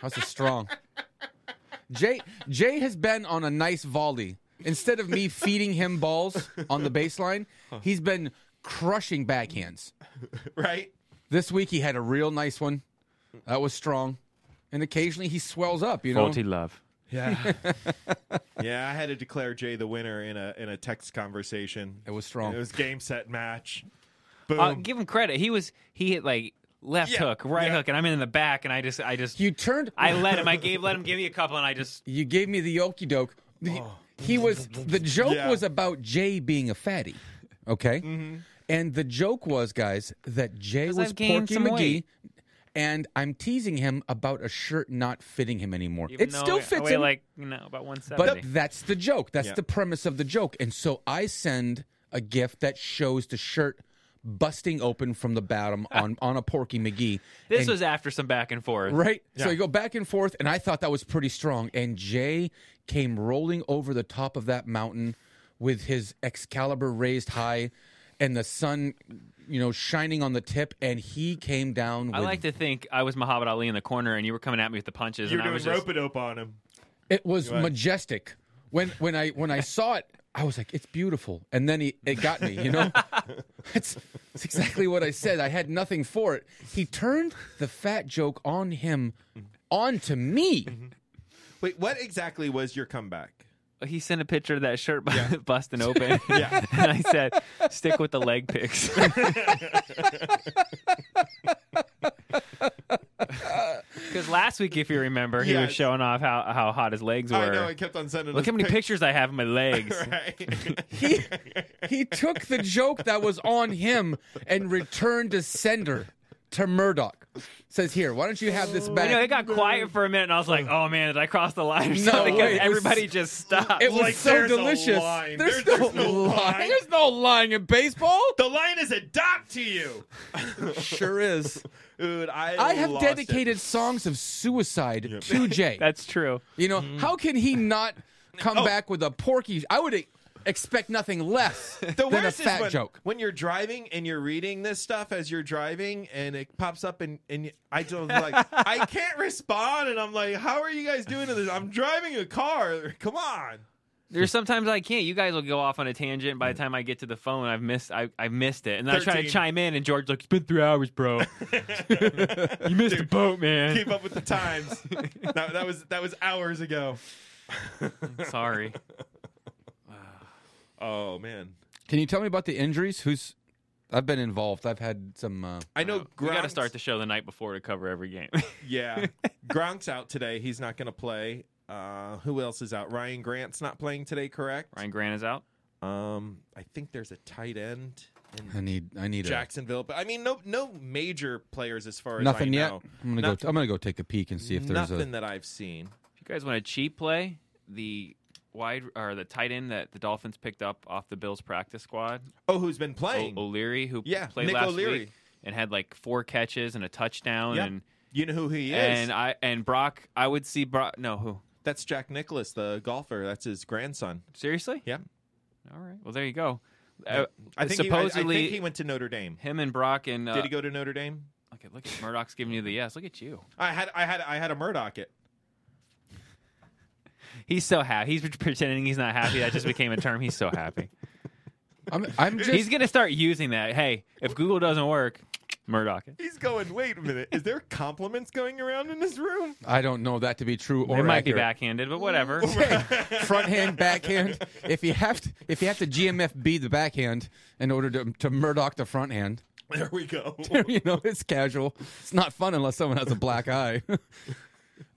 Speaker 2: That's a strong. Jay Jay has been on a nice volley. Instead of me feeding him balls on the baseline, he's been crushing backhands.
Speaker 1: right?
Speaker 2: This week he had a real nice one. That was strong. And occasionally he swells up, you know.
Speaker 4: Faulty love.
Speaker 1: Yeah. yeah, I had to declare Jay the winner in a in a text conversation.
Speaker 2: It was strong.
Speaker 1: It was game set match. Boom.
Speaker 4: Uh, give him credit. He was he hit like left
Speaker 1: Oh. Yeah,
Speaker 4: hook, right
Speaker 1: yeah.
Speaker 4: hook, and I'm in the back, and I just I just
Speaker 2: You turned
Speaker 4: I let him. I gave let him give me a couple, and I just
Speaker 2: you gave me the okey doke. He was the joke
Speaker 1: Oh. Yeah. Mm-hmm.
Speaker 2: was about Jay being a fatty, okay? And the joke was, guys, that Jay
Speaker 4: Because
Speaker 2: was
Speaker 4: I've gained
Speaker 2: Porky
Speaker 4: some
Speaker 2: McGee,
Speaker 4: weight.
Speaker 2: and I'm teasing him about a shirt not fitting him anymore.
Speaker 4: even
Speaker 2: it
Speaker 4: though
Speaker 2: still
Speaker 4: I- I
Speaker 2: fits
Speaker 4: weigh
Speaker 2: him,
Speaker 4: like you know about one
Speaker 2: but
Speaker 4: seventy.
Speaker 2: that's the joke. That's
Speaker 1: Yeah.
Speaker 2: the premise of the joke. And so I send a gift that shows the shirt busting open from the bottom on on a Porky McGee.
Speaker 4: This
Speaker 2: and
Speaker 4: was after some back and forth.
Speaker 2: Right? So
Speaker 1: Yeah.
Speaker 2: you go back and forth, and I thought that was pretty strong. And Jay came rolling over the top of that mountain with his Excalibur raised high and the sun, you know, shining on the tip, and he came down with
Speaker 4: I like to think I was Muhammad Ali in the corner, and you were coming at me with the punches.
Speaker 1: You're
Speaker 4: and I
Speaker 1: doing
Speaker 4: was just,
Speaker 1: rope a dope on him.
Speaker 2: it was majestic. When when I when I saw it, I was like, it's beautiful. And then he it got me, you know? it's, it's exactly what I said. I had nothing for it. He turned the fat joke on him onto me.
Speaker 1: Wait, what exactly was your comeback?
Speaker 4: He sent a picture of that shirt busting open.
Speaker 1: Yeah.
Speaker 4: and I said, "Stick with the leg picks." Because last week, if you remember, he
Speaker 1: Yes.
Speaker 4: was showing off how, how hot his legs were.
Speaker 1: Oh, I know I kept on sending.
Speaker 4: Look
Speaker 1: us
Speaker 4: how many
Speaker 1: pic-
Speaker 4: pictures I have of my legs.
Speaker 1: Right.
Speaker 2: he he took the joke that was on him and returned to sender to Murdoch. Says here, why don't you have
Speaker 1: Oh.
Speaker 2: this
Speaker 4: I know it
Speaker 2: back?
Speaker 4: got quiet for a minute, and I was like, "Oh man, did I cross the line?"
Speaker 2: No,
Speaker 4: Or something?
Speaker 2: wait, it
Speaker 4: Because
Speaker 2: was-
Speaker 4: everybody just stopped.
Speaker 2: It was
Speaker 1: Like,
Speaker 2: so
Speaker 1: there's a
Speaker 2: delicious.
Speaker 1: line.
Speaker 2: There's,
Speaker 1: There's-
Speaker 2: no,
Speaker 1: there's no
Speaker 2: line.
Speaker 1: line.
Speaker 2: There's no lying in baseball.
Speaker 1: the line is a dot to you.
Speaker 2: sure is.
Speaker 1: Dude, I
Speaker 2: I have
Speaker 1: lost it.
Speaker 2: dedicated songs of suicide to Jay.
Speaker 4: That's true.
Speaker 2: you know,
Speaker 1: Mm-hmm.
Speaker 2: how can he not come
Speaker 1: Oh.
Speaker 2: back with a porky? I would e- expect nothing less
Speaker 1: The
Speaker 2: than a
Speaker 1: worst
Speaker 2: fat
Speaker 1: is when,
Speaker 2: joke.
Speaker 1: when you're driving and you're reading this stuff as you're driving, and it pops up, and, and I don't like I can't respond, and I'm like, how are you guys doing to this? I'm driving a car. Come on.
Speaker 4: There's sometimes I can't. You guys will go off on a tangent. By the time I get to the phone, I've missed. I, I missed it, and then I try to
Speaker 1: 13.
Speaker 4: chime in, and George's like, "It's been three hours, bro. you missed the boat, man.
Speaker 1: Keep up with the times. that, that was that was hours ago.
Speaker 4: Sorry.
Speaker 1: Oh man,
Speaker 2: Can you tell me about the injuries? Who's I've been involved. I've had some. Uh,
Speaker 1: I know.
Speaker 4: we got to
Speaker 1: Gronk's-
Speaker 4: start the show the night before to cover every game.
Speaker 1: Yeah, Gronk's out today. He's not going to play. Uh, who else is out? Ryan Grant's not playing today, correct?
Speaker 4: Ryan Grant is out.
Speaker 1: Um, I think there's a tight end in
Speaker 2: I need. I need a,
Speaker 1: Jacksonville, but I mean, no, no major players as far as
Speaker 2: Nothing
Speaker 1: I
Speaker 2: yet.
Speaker 1: know.
Speaker 2: I'm gonna
Speaker 1: No-
Speaker 2: go. I'm gonna go take a peek and see if there's
Speaker 1: nothing
Speaker 2: a.
Speaker 1: that I've seen.
Speaker 4: If you guys want a cheap play, the wide or the tight end that the Dolphins picked up off the Bills practice squad,
Speaker 1: Oh, who's been
Speaker 4: o-
Speaker 1: playing?
Speaker 4: O'Leary, who
Speaker 1: Yeah,
Speaker 4: played
Speaker 1: Nick
Speaker 4: last
Speaker 1: O'Leary.
Speaker 4: week and had like four catches and a touchdown,
Speaker 1: Yep.
Speaker 4: oh, and
Speaker 1: you know who he is.
Speaker 4: and I and Brock, I would see Brock. No, who?
Speaker 1: That's Jack Nicholas, the golfer. That's his grandson.
Speaker 4: Seriously?
Speaker 1: Yeah,
Speaker 4: All right. Well, there you go. Uh,
Speaker 1: I think
Speaker 4: supposedly
Speaker 1: he, I, I think he went to Notre Dame.
Speaker 4: him and Brock and uh,
Speaker 1: Did he go to Notre Dame?
Speaker 4: Okay, look at Murdoch's giving you the yes. Look at you.
Speaker 1: I had, I had, I had a Murdoch it.
Speaker 4: He's so happy. He's pretending he's not happy. That just became a term. He's so happy.
Speaker 2: I'm, I'm just.
Speaker 4: he's gonna start using that. Hey, if Google doesn't work, Murdoch it.
Speaker 1: He's going. Wait a minute. Is there compliments going around in this room?
Speaker 2: I don't know that to be true or
Speaker 4: It might be
Speaker 2: accurate.
Speaker 4: backhanded, but whatever.
Speaker 2: Front hand, backhand. If you have to, if you have to GMFB the backhand in order to to Murdoch the front hand,
Speaker 1: There we go.
Speaker 2: you know it's casual. It's not fun unless someone has a black eye.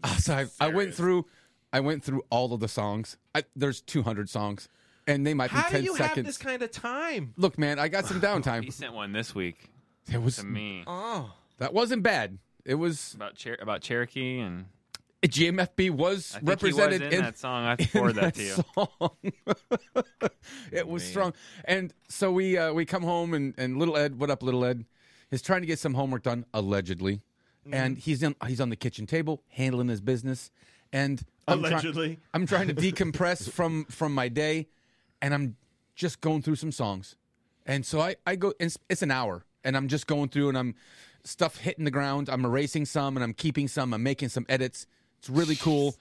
Speaker 2: Ah, so I, I went
Speaker 1: Serious.
Speaker 2: through, I went through all of the songs. I, there's 200 songs, and they might
Speaker 1: How
Speaker 2: be
Speaker 1: do
Speaker 2: 10
Speaker 1: you
Speaker 2: seconds.
Speaker 1: have this kind of time?
Speaker 2: Look, man, I got some
Speaker 4: he
Speaker 2: downtime.
Speaker 4: sent one this week
Speaker 2: It was
Speaker 4: to me
Speaker 1: Oh,
Speaker 2: that wasn't bad. It was
Speaker 4: about Cher- about Cherokee, and
Speaker 2: GMFB was
Speaker 4: I think
Speaker 2: represented
Speaker 4: he was in, that song. I forwarded that, to you. Oh,
Speaker 2: song. it was strong. And so we uh, we come home and, and little Ed, what up, little Ed, is trying to get some homework done allegedly, and
Speaker 4: Mm-hmm.
Speaker 2: he's in he's on the kitchen table handling his business, and I'm try-
Speaker 1: Allegedly.
Speaker 2: I'm trying to decompress from from my day, and I'm just going through some songs, and so I I go and it's, it's an hour, and I'm just going through and I'm stuff hitting the ground. I'm erasing some and I'm keeping some. I'm making some edits. It's really cool.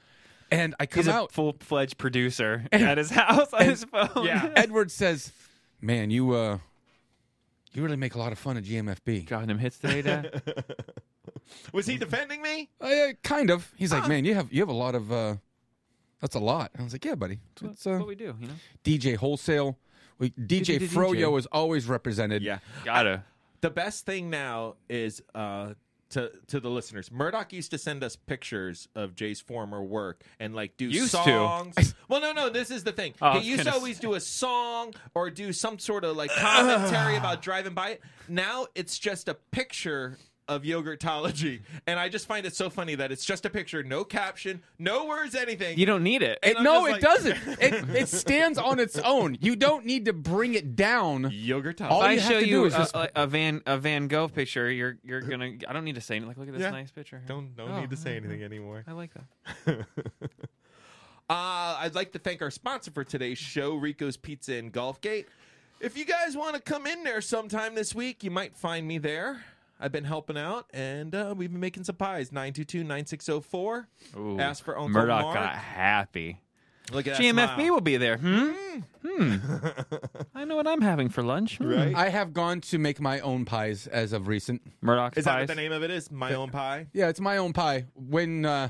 Speaker 2: And I come
Speaker 4: He's a
Speaker 2: out.
Speaker 4: full fledged producer at his house on his phone.
Speaker 1: yeah.
Speaker 2: Edward says, "Man, you uh, you really make a lot of fun of GMFB."
Speaker 4: dropping them hits today, Dad.
Speaker 1: was he defending me?
Speaker 2: Uh, yeah, kind of. He's like, "Man, you have you have a lot of uh, that's a lot." And I was like, "Yeah, buddy, it's
Speaker 4: That's
Speaker 2: uh,
Speaker 4: what we do, you know.
Speaker 2: DJ Wholesale." We, DJ
Speaker 4: DJ.
Speaker 2: Froyo is always represented.
Speaker 4: Gotta.
Speaker 1: The best thing now is uh, to to the listeners. Murdoch used to send us pictures of Jay's former work and like do
Speaker 4: Used to.
Speaker 1: songs. Well, no, no. This is the thing.
Speaker 4: Oh, I was
Speaker 1: he used to
Speaker 4: gonna
Speaker 1: always do a song or do some sort of like commentary about driving by it. Now it's just a picture of yogurtology, and I just find it so funny that it's just a picture, no caption, no words, anything.
Speaker 4: You don't need it.
Speaker 2: It,
Speaker 1: I'm
Speaker 2: no,
Speaker 1: just
Speaker 2: it
Speaker 1: like-
Speaker 2: doesn't. It, it stands on its own. You don't need to bring it down.
Speaker 1: yogurtology.
Speaker 2: All
Speaker 4: If I
Speaker 2: you have
Speaker 4: show
Speaker 2: to do
Speaker 4: you
Speaker 2: is just-
Speaker 4: a, a Van a Van Gogh picture, you're you're gonna. I don't need to say anything. Like, look at this
Speaker 1: Yeah.
Speaker 4: nice picture.
Speaker 1: Don't don't
Speaker 4: Oh,
Speaker 1: need to say anything anymore.
Speaker 4: I like that.
Speaker 1: Uh, I'd like to thank our sponsor for today's show, Rico's Pizza in Golfgate. If you guys want to come in there sometime this week, you might find me there. I've been helping out, and uh, we've been making some pies. 922-9604.
Speaker 4: Ooh.
Speaker 1: Ask for Uncle
Speaker 4: Murdoch
Speaker 1: Mark.
Speaker 4: got happy.
Speaker 1: Look at that
Speaker 4: GMFB
Speaker 1: smile.
Speaker 4: will be there. Hmm. Hmm. I know what I'm having for lunch. Hmm.
Speaker 1: Right?
Speaker 2: I have gone to make my own pies as of recent.
Speaker 4: Murdoch's
Speaker 1: Is that what
Speaker 4: pies.
Speaker 1: the name of it is? My own pie.
Speaker 2: Yeah, it's my own pie. When uh,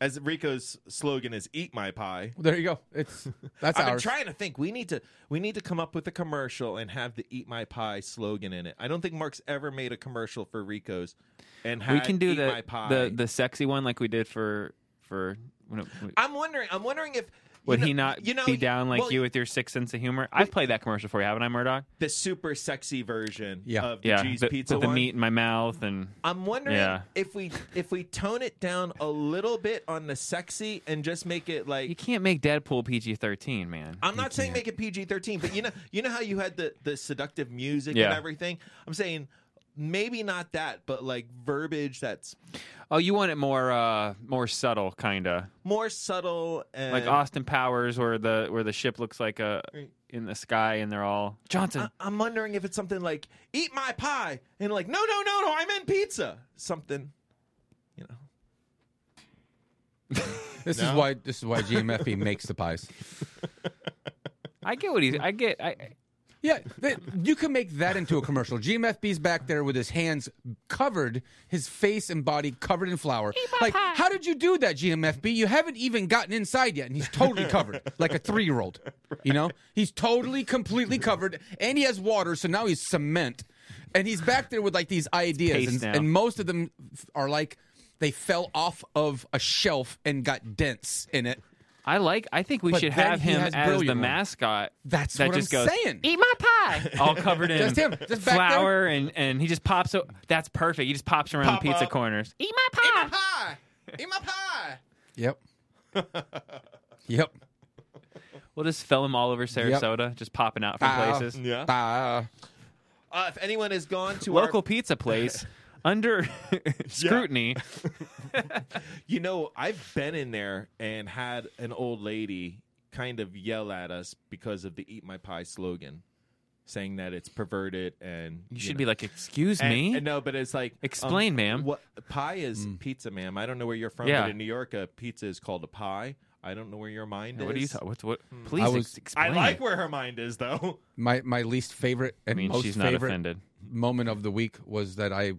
Speaker 1: As Rico's slogan is "Eat my pie."
Speaker 2: there you go. It's that's
Speaker 1: I've been
Speaker 2: ours.
Speaker 1: trying to think. We need to we need to come up with a commercial and have the "Eat my pie" slogan in it. I don't think Mark's ever made a commercial for Rico's, and
Speaker 4: We
Speaker 1: had
Speaker 4: can do
Speaker 1: "Eat my
Speaker 4: the,
Speaker 1: pie."
Speaker 4: the the sexy one like we did for for. when it-
Speaker 1: I'm wondering. I'm wondering if you
Speaker 4: Would
Speaker 1: know-
Speaker 4: he not
Speaker 1: you know,
Speaker 4: be down like
Speaker 1: well,
Speaker 4: you with your sick sense of humor? I've played that commercial for you, haven't I, Murdoch?
Speaker 1: the super sexy version
Speaker 2: Yeah.
Speaker 1: of the cheese
Speaker 4: the,
Speaker 1: pizza
Speaker 4: with the
Speaker 1: one.
Speaker 4: meat in my mouth and
Speaker 1: I'm wondering
Speaker 4: Yeah.
Speaker 1: if we if we tone it down a little bit on the sexy and just make it
Speaker 4: you
Speaker 1: like.
Speaker 4: can't make Deadpool PG-13, man.
Speaker 1: I'm not saying make it PG-13, but you know you know how you had the the seductive music
Speaker 4: Yeah.
Speaker 1: and everything. I'm saying maybe not that, but like verbiage that's
Speaker 4: Oh, you want it more uh more subtle kind of.
Speaker 1: more subtle and
Speaker 4: Like Austin Powers where the where the ship looks like a
Speaker 1: Right.
Speaker 4: in the sky and they're all Johnson.
Speaker 2: Uh,
Speaker 1: I- I'm wondering if it's something like "eat my pie" and like "no, no, no, no, I meant pizza." Something, you know.
Speaker 2: This is
Speaker 1: No?
Speaker 2: why this is why GMFB makes the pies.
Speaker 4: I get what he's I get I
Speaker 2: Yeah, th- you can make that into a commercial. GMFB's back there with his hands covered, his face and body covered in flour. Like, how did you do that, GMFB? You haven't even gotten inside yet, and he's totally covered, like a three-year-old. You know, he's totally, completely covered, and he has water, so now he's cement, and he's back there with like these ideas,
Speaker 4: paste
Speaker 2: and,
Speaker 4: now.
Speaker 2: and most of them f- are like they fell off of a shelf and got dents in it.
Speaker 4: I like I think we
Speaker 2: But
Speaker 4: should
Speaker 2: then
Speaker 4: have
Speaker 2: he
Speaker 4: him
Speaker 2: has
Speaker 4: as the
Speaker 2: brilliant one.
Speaker 4: mascot.
Speaker 2: That's
Speaker 4: that
Speaker 2: what
Speaker 4: just
Speaker 2: I'm
Speaker 4: goes
Speaker 2: saying.
Speaker 4: Eat my pie. All covered in
Speaker 2: Just him, just back there.
Speaker 4: flour and and he just pops o- that's perfect. He just pops around
Speaker 1: Pop
Speaker 4: the pizza
Speaker 1: up.
Speaker 4: corners. Eat my pie.
Speaker 1: pie. Eat my pie.
Speaker 2: Yep. yep.
Speaker 4: We'll just film him all over Sarasota, just popping out from
Speaker 2: Ah.
Speaker 4: places.
Speaker 1: Yeah.
Speaker 2: Ah.
Speaker 1: Uh, if anyone has gone to
Speaker 4: Local
Speaker 1: our,
Speaker 4: pizza place under scrutiny.
Speaker 1: you know, I've been in there and had an old lady kind of yell at us because of the "Eat My Pie" slogan, saying that it's perverted and
Speaker 4: You should
Speaker 1: know.
Speaker 4: be like, excuse
Speaker 1: And-
Speaker 4: me.
Speaker 1: and no, but it's like um,
Speaker 4: Explain, ma'am. Mm.
Speaker 1: What pie is pizza, ma'am? I don't know where you're from,
Speaker 4: Yeah.
Speaker 1: but in New York, a pizza is called a pie. I don't know where your mind is.
Speaker 4: What do you talk? What's what? Please
Speaker 2: I
Speaker 4: ex-
Speaker 2: was-
Speaker 1: I
Speaker 4: explain.
Speaker 1: like
Speaker 4: it.
Speaker 1: where her mind is though.
Speaker 2: My my least favorite
Speaker 4: I
Speaker 2: and
Speaker 4: mean,
Speaker 2: most
Speaker 4: she's not
Speaker 2: favorite
Speaker 4: offended.
Speaker 2: moment of the week was that I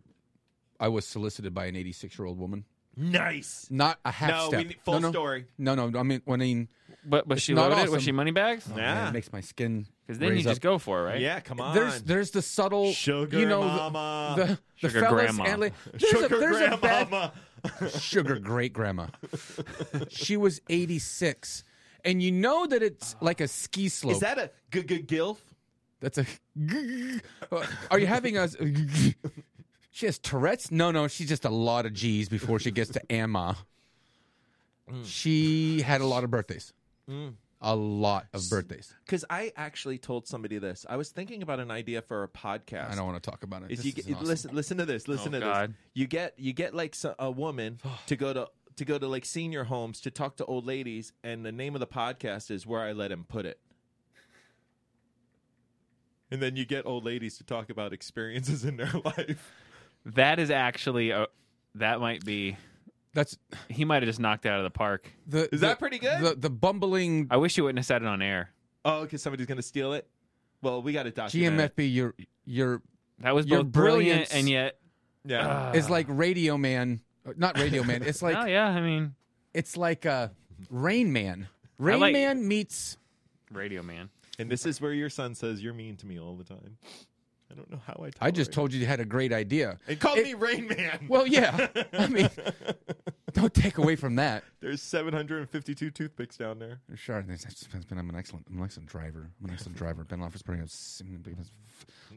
Speaker 2: I was solicited by an 86 year old woman.
Speaker 1: Nice.
Speaker 2: Not a half
Speaker 1: No,
Speaker 2: step.
Speaker 1: we need full
Speaker 2: no, no.
Speaker 1: story.
Speaker 2: No, no. I mean, when I mean,
Speaker 4: But but
Speaker 2: It's
Speaker 4: she
Speaker 2: not
Speaker 4: loaded.
Speaker 2: awesome.
Speaker 4: Was she money bags?
Speaker 1: Yeah.
Speaker 2: man, it makes my skin.
Speaker 4: Because then you
Speaker 2: raise
Speaker 4: just
Speaker 2: up.
Speaker 4: go for it, right?
Speaker 1: Yeah, come on.
Speaker 2: There's there's the subtle
Speaker 1: Sugar
Speaker 2: you know, the-
Speaker 1: mama.
Speaker 2: The, the
Speaker 4: Sugar
Speaker 2: fellas
Speaker 4: grandma.
Speaker 2: and la- there's
Speaker 1: Sugar
Speaker 2: a, there's a bad-
Speaker 1: grandmama.
Speaker 2: sugar great grandma. she was 86. And you know that it's like a ski slope.
Speaker 1: Is that a g- g- gilf?
Speaker 2: That's a. Are you having a. She has Tourette's? No, no, she's just a lot of G's before she gets to Emma.
Speaker 1: Mm.
Speaker 2: She had a lot of birthdays. A lot of birthdays.
Speaker 1: Because I actually told somebody this. I was thinking about an idea for a podcast.
Speaker 2: I don't want to talk about it.
Speaker 1: is
Speaker 2: This
Speaker 1: you
Speaker 2: is
Speaker 1: get,
Speaker 2: awesome.
Speaker 1: listen listen to this listen
Speaker 4: Oh,
Speaker 1: to
Speaker 4: God.
Speaker 1: this you get you get like so, a woman to go to to go to like senior homes to talk to old ladies and the name of the podcast is where i let him put it and then you get old ladies to talk about experiences in their life
Speaker 4: That is actually a. That might be.
Speaker 2: That's
Speaker 4: He might have just knocked it out of the park.
Speaker 2: the.
Speaker 1: Is
Speaker 2: the-
Speaker 1: that pretty good?
Speaker 2: The, the bumbling
Speaker 4: I wish you wouldn't have said it on air.
Speaker 1: oh because somebody's gonna steal it well we got to document it.
Speaker 2: GMFB, you're, you're,
Speaker 4: That was
Speaker 2: Your
Speaker 4: both brilliant
Speaker 2: brilliance-
Speaker 4: and yet.
Speaker 1: yeah
Speaker 2: is like Radio Man. uh, Not Radio Man. It's like.
Speaker 4: oh yeah, I mean,
Speaker 2: It's like uh, Rain Man. Rain
Speaker 4: like-
Speaker 2: Man meets.
Speaker 4: Radio Man.
Speaker 1: and this is where your son says you're mean to me all the time i don't know how i
Speaker 2: I
Speaker 1: tolerate
Speaker 2: just told you you had a great idea.
Speaker 1: it. and call
Speaker 2: it-
Speaker 1: me rain man
Speaker 2: Well, yeah. I mean, don't take away from that.
Speaker 1: there's 752 toothpicks down there
Speaker 2: Sure, I've been- I'm an excellent, I'm an excellent driver. I'm an excellent driver. Ben Roethlisberger has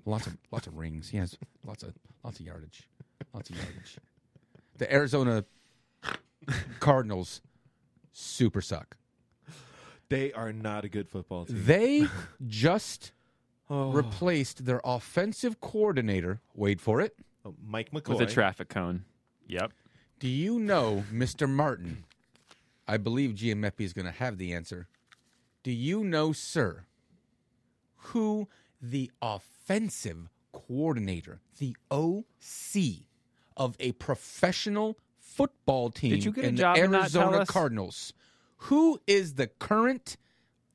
Speaker 2: lots of lots of rings. He has lots of lots of yardage, lots of yardage. The Arizona Cardinals super suck.
Speaker 1: they are not a good football team
Speaker 2: They just
Speaker 1: Oh.
Speaker 4: Oh.
Speaker 2: replaced their offensive coordinator. Wait for it.
Speaker 1: Oh, Mike McCoy.
Speaker 4: With a traffic cone. Yep.
Speaker 2: Do you know, Mr. Martin? I believe Giameppi is going to have the answer. Do you know, sir, who the offensive coordinator, the OC of a professional football team
Speaker 4: you get a
Speaker 2: in
Speaker 4: job
Speaker 2: the
Speaker 4: and not tell
Speaker 2: Arizona
Speaker 4: us?
Speaker 2: Cardinals? Who is the current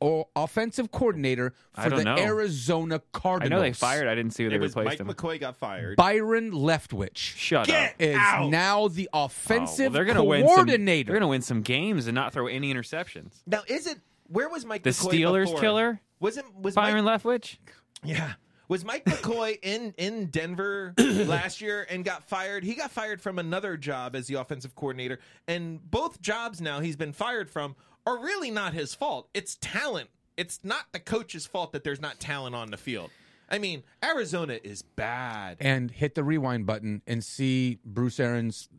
Speaker 2: or offensive coordinator
Speaker 4: I
Speaker 2: for
Speaker 4: don't
Speaker 2: the
Speaker 4: know.
Speaker 2: Arizona
Speaker 4: I
Speaker 2: Cardinals?
Speaker 4: know they fired. I didn't see who they
Speaker 1: It was Mike
Speaker 4: replaced him.
Speaker 1: McCoy got fired.
Speaker 2: Byron Leftwich
Speaker 4: Shut up. Oh,
Speaker 2: is
Speaker 1: Out.
Speaker 2: now the offensive
Speaker 4: they're gonna win some, They're
Speaker 2: coordinator.
Speaker 4: going to win some games and not throw any interceptions.
Speaker 1: now is it where was Mike
Speaker 4: The
Speaker 1: McCoy
Speaker 4: Steelers
Speaker 1: before?
Speaker 4: killer?
Speaker 1: Wasn't was
Speaker 4: Byron
Speaker 1: Mike,
Speaker 4: Leftwich.
Speaker 1: Yeah. Was Mike McCoy in in Denver last year and got fired? He got fired from another job as the offensive coordinator, and both jobs now he's been fired from are really not his fault. It's talent. It's not the coach's fault that there's not talent on the field. I mean, Arizona is bad.
Speaker 2: and hit the rewind button and see Bruce Aaron's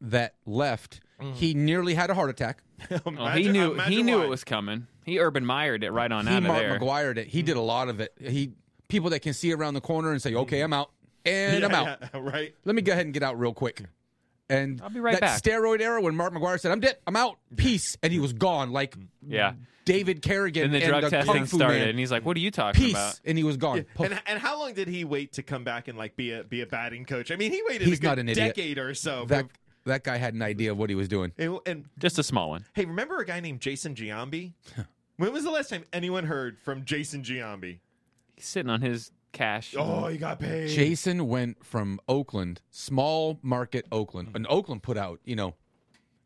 Speaker 2: that left.
Speaker 4: Mm-hmm.
Speaker 2: He nearly had a heart attack.
Speaker 4: Well, he
Speaker 1: Imagine-
Speaker 4: knew. He
Speaker 1: imagine
Speaker 4: knew
Speaker 1: why.
Speaker 4: it was coming. He Urban Meyered it right on
Speaker 2: he
Speaker 4: out of
Speaker 2: Mark
Speaker 4: there.
Speaker 2: McGuired it. He did a lot of it. He people that can see around the corner and say,
Speaker 4: Mm-hmm.
Speaker 2: "Okay, I'm out," and I'm out.
Speaker 1: Yeah, right.
Speaker 2: Let me go ahead and get out real quick. And
Speaker 4: I'll be right
Speaker 2: that
Speaker 4: back.
Speaker 2: steroid era when Mark McGuire said, "I'm dead. I'm out. Peace," and he was gone like
Speaker 4: Yeah.
Speaker 2: David Kerrigan
Speaker 4: Mm-hmm. Then the
Speaker 2: and
Speaker 4: drug
Speaker 2: the Kung
Speaker 4: testing
Speaker 2: Fu
Speaker 4: started,
Speaker 2: Man.
Speaker 4: and he's like, "What are you talking
Speaker 2: Peace,
Speaker 4: about?"
Speaker 2: and he was gone. Poof.
Speaker 1: And, and how long did he wait to come back and like be a be a batting coach? I mean, he waited
Speaker 2: He's
Speaker 1: a good
Speaker 2: not an idiot.
Speaker 1: decade or so.
Speaker 2: that that guy had an idea of what he was doing.
Speaker 1: And, and-
Speaker 4: Just a small one.
Speaker 1: hey, remember a guy named Jason Giambi? when was the last time anyone heard from Jason Giambi?
Speaker 4: He's sitting on his cash.
Speaker 1: Oh, he got paid.
Speaker 2: Jason went from Oakland, small market Oakland, and Oakland put out, you know,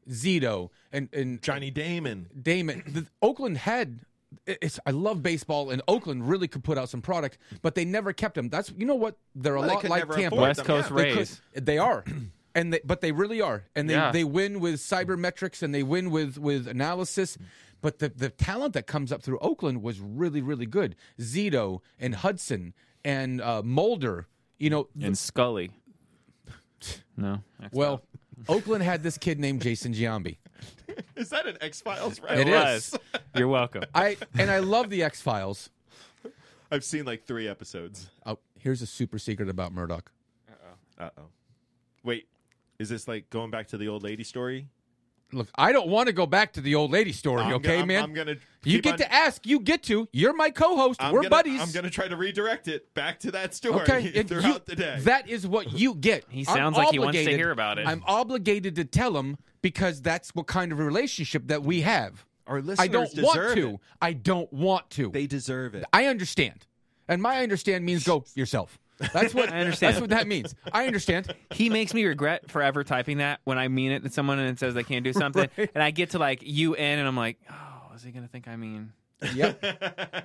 Speaker 2: Zito and and
Speaker 1: Johnny Damon.
Speaker 2: Damon. The, Oakland had. It's, I love baseball, and Oakland really could put out some product, but they never kept them. That's you know what they're a
Speaker 1: Well, they
Speaker 2: lot
Speaker 1: could
Speaker 2: like
Speaker 1: never
Speaker 2: Tampa.
Speaker 1: afford
Speaker 4: West
Speaker 1: them,
Speaker 4: Coast
Speaker 1: yeah.
Speaker 2: They, could-
Speaker 4: Rays.
Speaker 2: they are, and they, but they really are, and they,
Speaker 4: Yeah.
Speaker 2: they win with cyber metrics and they win with with analysis. But the the talent that comes up through Oakland was really really good. Zito and Hudson and uh, Mulder, you know,
Speaker 4: and Scully. No. that's
Speaker 2: Well, Oakland had this kid named Jason Giambi.
Speaker 1: Is that an X Files?
Speaker 2: It
Speaker 4: not-
Speaker 2: is.
Speaker 4: You're welcome.
Speaker 2: I and I love the X Files.
Speaker 1: I've seen like three episodes.
Speaker 2: Oh, here's a super secret about Murdoch.
Speaker 1: Uh oh. Wait, is this like going back to the old lady story?
Speaker 2: Look, I don't want to go back to the old lady story.
Speaker 1: I'm go-
Speaker 2: okay,
Speaker 1: I'm-
Speaker 2: man.
Speaker 1: I'm gonna
Speaker 2: You
Speaker 1: keep
Speaker 2: get
Speaker 1: on-
Speaker 2: to ask. You get to. You're my co-host.
Speaker 1: I'm
Speaker 2: We're
Speaker 1: gonna,
Speaker 2: buddies.
Speaker 1: I'm gonna try to redirect it back to that story
Speaker 2: Okay, and
Speaker 1: throughout
Speaker 2: you-
Speaker 1: the day.
Speaker 2: That is what you get.
Speaker 4: He
Speaker 2: I'm
Speaker 4: sounds like he wants to
Speaker 2: obligated-
Speaker 4: hear about it.
Speaker 2: I'm obligated to tell him because that's what kind of relationship that we have.
Speaker 1: Our listeners
Speaker 2: I don't
Speaker 1: deserve
Speaker 2: want to.
Speaker 1: it.
Speaker 2: I don't want to.
Speaker 1: They deserve it.
Speaker 2: I understand. And my understand means go yourself. That's what
Speaker 4: I understand.
Speaker 2: That's what that means. I understand.
Speaker 4: He makes me regret forever typing that when I mean it to someone and it says they can't do something, and I get to like you in, and I'm like, oh, is he gonna think I mean?
Speaker 2: Yep.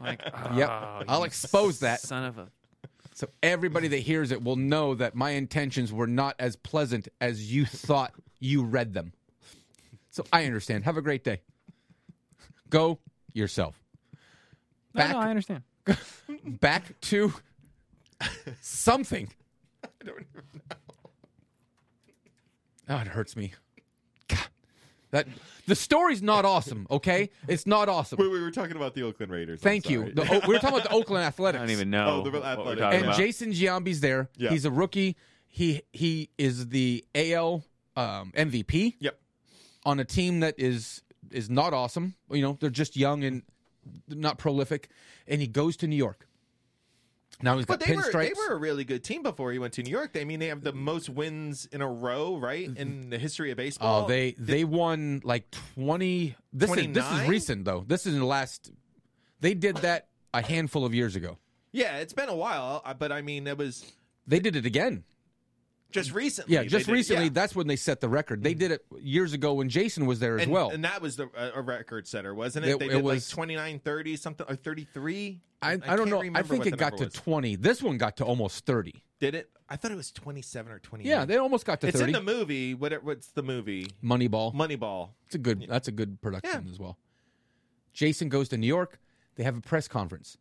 Speaker 4: Like, oh,
Speaker 2: Yep.
Speaker 4: you
Speaker 2: I'll expose that.
Speaker 4: son of a.
Speaker 2: So everybody that hears it will know that my intentions were not as pleasant as you thought you read them. So I understand. Have a great day. Go yourself.
Speaker 4: No,
Speaker 2: Back
Speaker 4: no, I understand.
Speaker 2: back to something. I don't even know. Oh, it hurts me. God. That the story's not awesome, okay? It's not awesome.
Speaker 1: Wait, we were talking about the Oakland Raiders. I'm
Speaker 2: Thank you.
Speaker 1: sorry.
Speaker 2: The, O- we were talking about the Oakland
Speaker 4: I
Speaker 2: Athletics.
Speaker 4: don't even know
Speaker 1: Oh, the real
Speaker 4: what we're
Speaker 1: athletic.
Speaker 4: talking
Speaker 2: and
Speaker 4: about.
Speaker 2: Jason Giambi's there.
Speaker 1: Yeah.
Speaker 2: He's a rookie. He he is the AL um, MVP
Speaker 1: Yep.
Speaker 2: on a team that is is not awesome. You know, they're just young and not prolific. And he goes to New York. Now he's got
Speaker 1: But they were they
Speaker 2: pinstripes.
Speaker 1: were a really good team before he went to New York. They I mean they have the most wins in a row, right? In the history of baseball.
Speaker 2: Mm-hmm. Oh, they they won like twenty. This is this is
Speaker 1: 29?
Speaker 2: recent though. This is in the last. They did that a handful of years ago.
Speaker 1: Yeah, it's been a while, uh, but I mean it was
Speaker 2: They did it again.
Speaker 1: just recently.
Speaker 2: Yeah,
Speaker 1: They
Speaker 2: just
Speaker 1: did-
Speaker 2: recently.
Speaker 1: yeah. Mm.
Speaker 2: That's when they set the record. They did it years ago when Jason was there as
Speaker 1: and,
Speaker 2: well.
Speaker 1: And that was the, a a record setter, wasn't it?
Speaker 2: It-
Speaker 1: they
Speaker 2: it
Speaker 1: did
Speaker 2: was-
Speaker 1: like 29, 30, something or 33.
Speaker 2: I, I
Speaker 1: can't
Speaker 2: don't know. I
Speaker 1: remember
Speaker 2: think
Speaker 1: what
Speaker 2: it
Speaker 1: the
Speaker 2: got
Speaker 1: number
Speaker 2: to
Speaker 1: was.
Speaker 2: twenty. This one got to almost thirty.
Speaker 1: Did it? I thought it was 27 or 28.
Speaker 2: Yeah, they almost got to
Speaker 1: Mm. It's in
Speaker 2: thirty.
Speaker 1: the movie. What it, what's the movie?
Speaker 2: Moneyball.
Speaker 1: Moneyball.
Speaker 2: It's a good. That's a good production as well. Jason goes to New York. They have a press conference.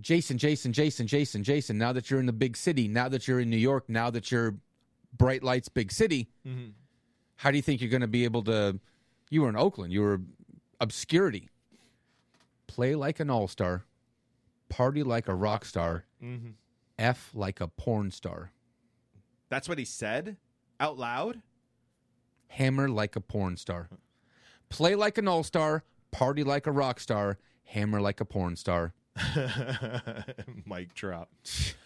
Speaker 2: Jason, Jason, Jason, Jason, Jason. Now that you're in the big city, now that you're in New York, now that you're bright lights, big city, how do you think you're going to be able to? You were in Oakland. You were obscurity. Play like an all star, party like a rock star, f like a porn star,
Speaker 1: That's what he said out loud.
Speaker 2: hammer like a porn star. Play like an all star, party like a rock star, hammer like a porn star.
Speaker 1: Mic drop.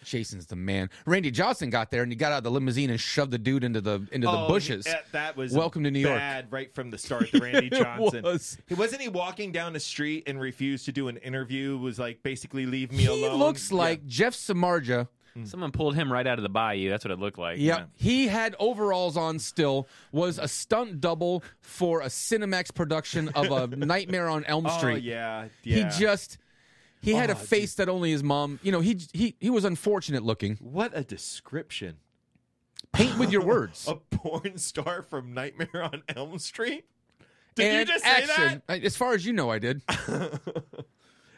Speaker 2: Jason's the man. Randy Johnson got there and he got out of the limousine and shoved the dude into the into the
Speaker 1: Oh,
Speaker 2: bushes.
Speaker 1: yeah, that was
Speaker 2: Welcome to New York.
Speaker 1: bad right from the start. The Randy Johnson.
Speaker 2: was.
Speaker 1: He- Wasn't he walking down the street and refused to do an interview? Was like basically leave me
Speaker 2: He
Speaker 1: alone.
Speaker 2: looks
Speaker 1: Yeah.
Speaker 2: like Jeff Samarja.
Speaker 1: Hmm.
Speaker 4: Someone pulled him right out of the bayou. That's what it looked like.
Speaker 2: Yep. He had overalls on still, was a stunt double for a Cinemax production of a Nightmare on Elm
Speaker 1: Oh
Speaker 2: Street.
Speaker 1: yeah, yeah. Oh,
Speaker 2: He just he had a face that only his mom, you know, he he he was unfortunate looking.
Speaker 1: what a description.
Speaker 2: Paint with your words.
Speaker 1: A porn star from Nightmare on Elm Street. Did
Speaker 2: and
Speaker 1: you just say
Speaker 2: action.
Speaker 1: that?
Speaker 2: I- As far as you know, I did.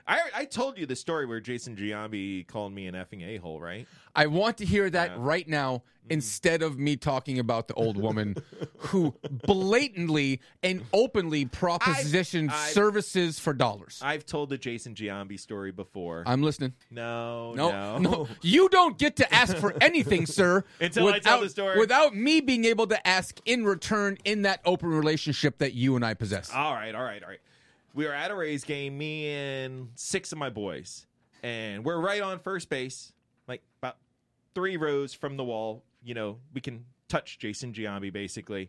Speaker 1: I, I told you the story where Jason Giambi called me an effing a hole, right?
Speaker 2: I want to hear that right now
Speaker 1: Mm-hmm.
Speaker 2: instead of me talking about the old woman who blatantly and openly propositioned
Speaker 1: I-
Speaker 2: services for dollars.
Speaker 1: I've told the Jason Giambi story before.
Speaker 2: I, am listening.
Speaker 1: no,
Speaker 2: No,
Speaker 1: no,
Speaker 2: no, You don't get to ask for anything, sir.
Speaker 1: Until I tell the story.
Speaker 2: Without me being able to ask in return in that open relationship that you and I possess.
Speaker 1: All right, all right, all right. We were at a Rays game, me and six of my boys, and we're right on first base, like about three rows from the wall. You know, we can touch Jason Giambi basically.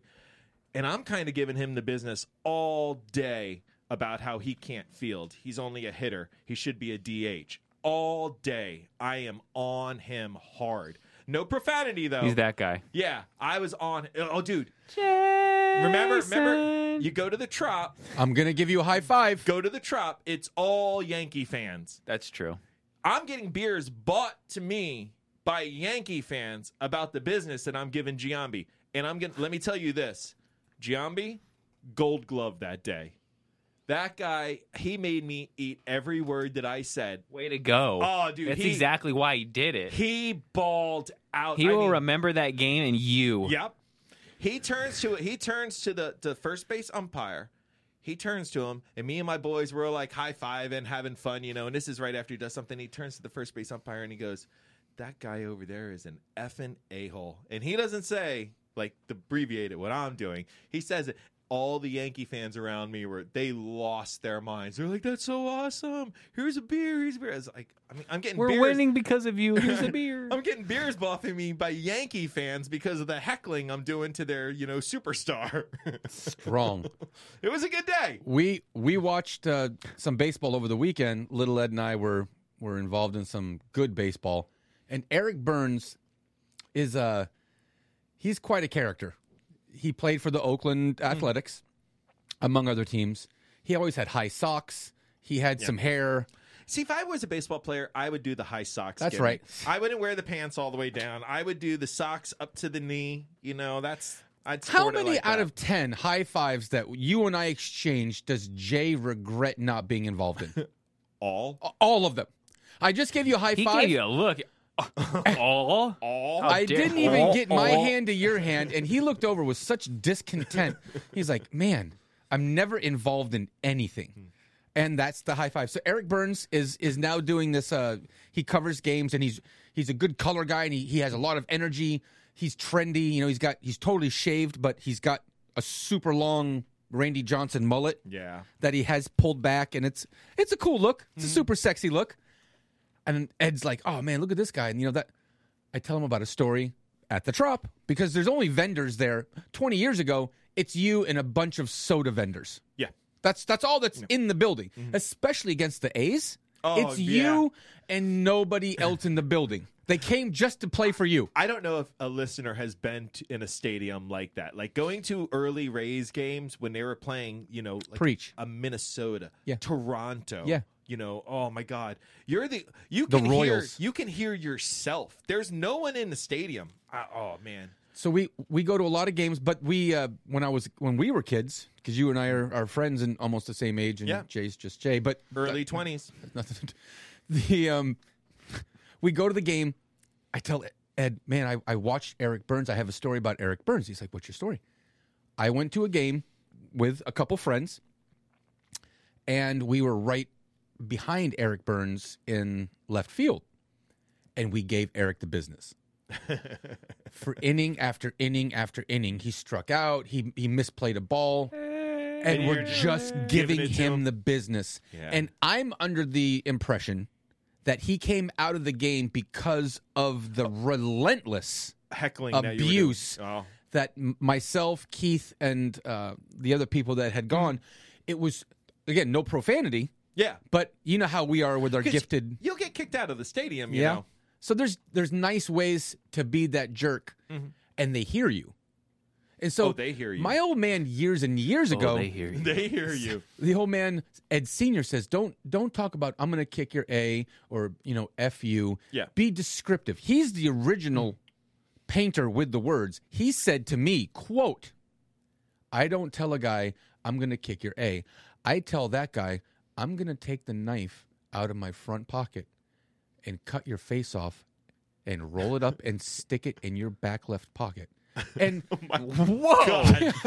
Speaker 1: And I'm kind of giving him the business all day about how he can't field. He's only a hitter. He should be a DH. All day, I am on him hard. No profanity though.
Speaker 4: He's that guy.
Speaker 1: Yeah, I was on. Oh, dude. Remember, remember, you go to the trop,
Speaker 2: I'm going to give you a high five.
Speaker 1: go to the trop. It's all Yankee fans.
Speaker 4: That's true.
Speaker 1: I'm getting beers bought to me by Yankee fans about the business that I'm giving Giambi. And I'm gonna let me tell you this. Giambi, gold glove that day. That guy, he made me eat every word that I said.
Speaker 4: Way to go.
Speaker 1: Oh, dude,
Speaker 4: That's
Speaker 1: he-
Speaker 4: exactly why he did it. He,
Speaker 1: He balled out. I
Speaker 4: will
Speaker 1: mean,
Speaker 4: remember that game and you.
Speaker 1: Yep. He turns to he turns to the the first base umpire. He turns to him, and me and my boys were like high five and having fun, you know. And this is right after he does something. He turns to the first base umpire and he goes, "That guy over there is an effing a hole." And he doesn't say like abbreviate it what I'm doing. He says it all the Yankee fans around me were they lost their minds. They're like, "That's so awesome! Here's a beer. Here's a beer." I was like, "I mean, I'm getting
Speaker 4: We're
Speaker 1: beers.
Speaker 4: winning because of you. Here's a beer.
Speaker 1: I'm getting beers buffing me by Yankee fans because of the heckling I'm doing to their you know superstar."
Speaker 2: Wrong.
Speaker 1: it was a good day.
Speaker 2: We we watched uh, some baseball over the weekend. Little Ed and I were were involved in some good baseball, and Eric Burns is uh he's quite a character. He played for the Oakland Athletics, among other teams. He always had high socks. He had some hair.
Speaker 1: See, if I was a baseball player, I would do the high socks.
Speaker 2: That's
Speaker 1: gimmick.
Speaker 2: right.
Speaker 1: I wouldn't wear the pants all the way down. I would do the socks up to the knee. You know, that's I'd.
Speaker 2: How
Speaker 1: sport it
Speaker 2: many
Speaker 1: like
Speaker 2: out
Speaker 1: that.
Speaker 2: of ten high fives that you and I exchanged does Jay regret not being involved in?
Speaker 1: all?
Speaker 2: All of them. I just gave you a high
Speaker 4: he
Speaker 2: five.
Speaker 4: gave you a look. All.
Speaker 1: All?
Speaker 4: How
Speaker 2: I
Speaker 4: dare-
Speaker 2: didn't even get my
Speaker 4: Oh.
Speaker 2: hand to your hand, and he looked over with such discontent. He's like, "Man, I'm never involved in anything," and that's the high five. So Eric Burns is is now doing this. Uh, he covers games, and he's he's a good color guy, and he, he has a lot of energy. He's trendy, you know. He's got he's totally shaved, but he's got a super long Randy Johnson mullet
Speaker 1: yeah.
Speaker 2: that he has pulled back, and it's it's a cool look. It's a
Speaker 1: Mm-hmm.
Speaker 2: super sexy look. And Ed's like, "Oh man, look at this guy!" And you know that I tell him about a story at the Trop because there's only vendors there. Twenty years ago, it's you and a bunch of soda vendors.
Speaker 1: Yeah.
Speaker 2: That's that's all that's in the building, especially against the A's.
Speaker 1: Mm-hmm. Oh,
Speaker 2: it's
Speaker 1: yeah.
Speaker 2: you and nobody else in the building. They came just to play for you.
Speaker 1: I don't know if a listener has been t- in a stadium like that. Like going to early Rays games when they were playing, you know, like
Speaker 2: Preach.
Speaker 1: a Minnesota,
Speaker 2: Yeah.
Speaker 1: Toronto.
Speaker 2: Yeah.
Speaker 1: You know, oh my God. You're the you
Speaker 2: The
Speaker 1: can
Speaker 2: Royals.
Speaker 1: hear you can hear yourself. There's no one in the stadium. I, oh man.
Speaker 2: So we we go to a lot of games, but we uh, when I was when we were kids, because you and I are, are friends and almost the same age, and
Speaker 1: Yeah.
Speaker 2: Jay's just Jay, but
Speaker 1: Early twenties.
Speaker 2: nothing. The um, we go to the game. I tell Ed, man, I, I watched Eric Burns. I have a story about Eric Burns. He's like, what's your story? I went to a game with a couple friends, and we were right behind Eric Burns in left field, and we gave Eric the business. For inning after inning after inning, he struck out. He he misplayed a ball and,
Speaker 1: Eh. And
Speaker 2: we're
Speaker 1: you're
Speaker 2: just
Speaker 1: giving
Speaker 2: giving
Speaker 1: it to
Speaker 2: him
Speaker 1: him.
Speaker 2: the business.
Speaker 1: Yeah.
Speaker 2: And I'm under the impression that he came out of the game because of the relentless
Speaker 1: Heckling that you were doing.
Speaker 2: abuse
Speaker 1: Oh.
Speaker 2: that m- myself, Keith, and uh, the other people that had gone. It was again no profanity,
Speaker 1: Yeah.
Speaker 2: but you know how we are with our
Speaker 1: 'Cause
Speaker 2: gifted.
Speaker 1: You'll get kicked out of the stadium, you know.
Speaker 2: So there's there's nice ways to be that jerk, and they hear you. And so
Speaker 1: Mm-hmm. Oh, they hear you.
Speaker 2: My old man years and years
Speaker 4: Oh,
Speaker 2: ago,
Speaker 4: they hear you.
Speaker 1: They hear you.
Speaker 2: the old man Ed Senior says, "Don't don't talk about I'm going to kick your a or you know f you.
Speaker 1: Yeah.
Speaker 2: be descriptive. He's the original painter with the words. He said to me, "quote I don't tell a guy I'm going to kick your a. I tell that guy I'm going to take the knife out of my front pocket and cut your face off and roll it up and stick it in your back left pocket." And
Speaker 1: Whoa.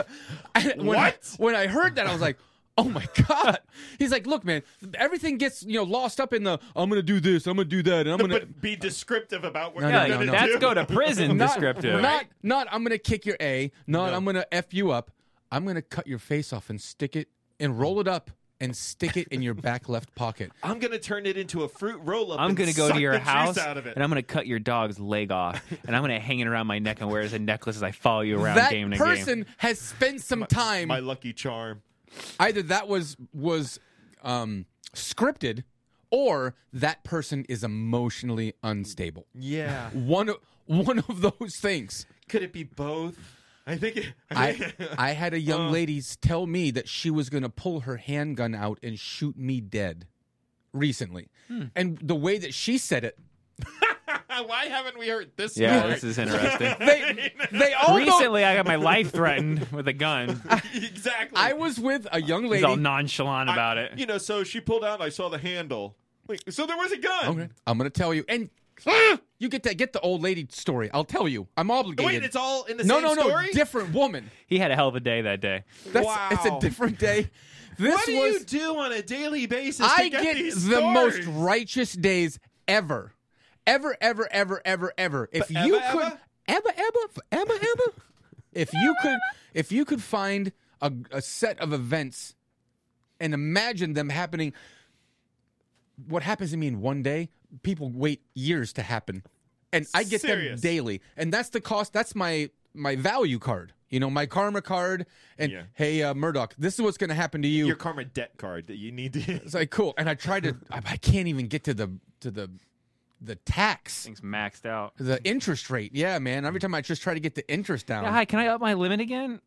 Speaker 2: I- when I-
Speaker 1: Oh What?
Speaker 2: when I heard that, I was like, "Oh my god!" He's like, "Look, man, everything gets you know lost up in the I'm gonna do this, I'm gonna do that, and I'm gonna
Speaker 1: But be descriptive about what
Speaker 2: No,
Speaker 1: you're
Speaker 4: Yeah,
Speaker 1: gonna
Speaker 4: like,
Speaker 2: no.
Speaker 1: do.
Speaker 4: that's go to prison
Speaker 2: not
Speaker 4: descriptive.
Speaker 2: not not I'm gonna kick your a, not I'm gonna f you up, I'm gonna cut your face off and stick it and roll it up and stick it in your back left pocket."
Speaker 1: I'm gonna turn it into a fruit roll up.
Speaker 4: I'm
Speaker 1: and
Speaker 4: gonna go
Speaker 1: suck
Speaker 4: to your
Speaker 1: the juice
Speaker 4: house
Speaker 1: out of it.
Speaker 4: and I'm gonna cut your dog's leg off and I'm gonna hang it around my neck and wear it as a necklace as I follow you around
Speaker 2: That
Speaker 4: game to game.
Speaker 2: person has spent some time.
Speaker 1: my lucky charm.
Speaker 2: Either that was was um, scripted, or that person is emotionally unstable.
Speaker 1: Yeah.
Speaker 2: one of one of those things.
Speaker 1: Could it be both? I think. It,
Speaker 2: I I had a
Speaker 1: Oh.
Speaker 2: young lady tell me that she was going to pull her handgun out and shoot me dead recently,
Speaker 1: Hmm.
Speaker 2: and the way that she said it,
Speaker 1: Why haven't we heard this?
Speaker 4: Yeah,
Speaker 1: story?
Speaker 4: this is interesting.
Speaker 2: they they all know-
Speaker 4: Recently, I got my life threatened with a gun.
Speaker 1: exactly.
Speaker 2: I was with a young
Speaker 4: He's all
Speaker 2: lady.
Speaker 4: nonchalant about it.
Speaker 1: You know, so she pulled out. and I saw the handle. Wait, so there was a gun.
Speaker 2: Okay, I'm going to tell you, and ah, you get that get the old lady story. I'll tell you. I'm obligated.
Speaker 1: Wait, it's all in the
Speaker 2: no,
Speaker 1: same
Speaker 2: no, no,
Speaker 1: story.
Speaker 2: different woman.
Speaker 4: He had a hell of a day that day.
Speaker 2: That's it's a
Speaker 1: Wow.
Speaker 2: different day. This
Speaker 1: What do
Speaker 2: was
Speaker 1: you do on a daily basis?
Speaker 2: I
Speaker 1: to get,
Speaker 2: get
Speaker 1: these
Speaker 2: the most
Speaker 1: stories?
Speaker 2: righteous days ever. Ever, ever, ever, ever, ever. If
Speaker 1: Forever,
Speaker 2: you could
Speaker 1: ever?
Speaker 2: ever, ever, forever, ever. If you could if you could find a, a set of events and imagine them happening. What happens to me in one day, people wait years to happen, and I get
Speaker 1: Serious.
Speaker 2: them daily, and that's the cost. That's my my value card. You know, my karma card, and
Speaker 1: Yeah.
Speaker 2: hey, uh, Murdoch, this is what's going to happen to you.
Speaker 1: Your karma debt card that you need to.
Speaker 2: It's like cool, and I tried to. I, I can't even get to the to the the tax,
Speaker 4: Things maxed out.
Speaker 2: the interest rate. Yeah, man. Every time I just try to get the interest down.
Speaker 4: Yeah, hi, can I up my limit again?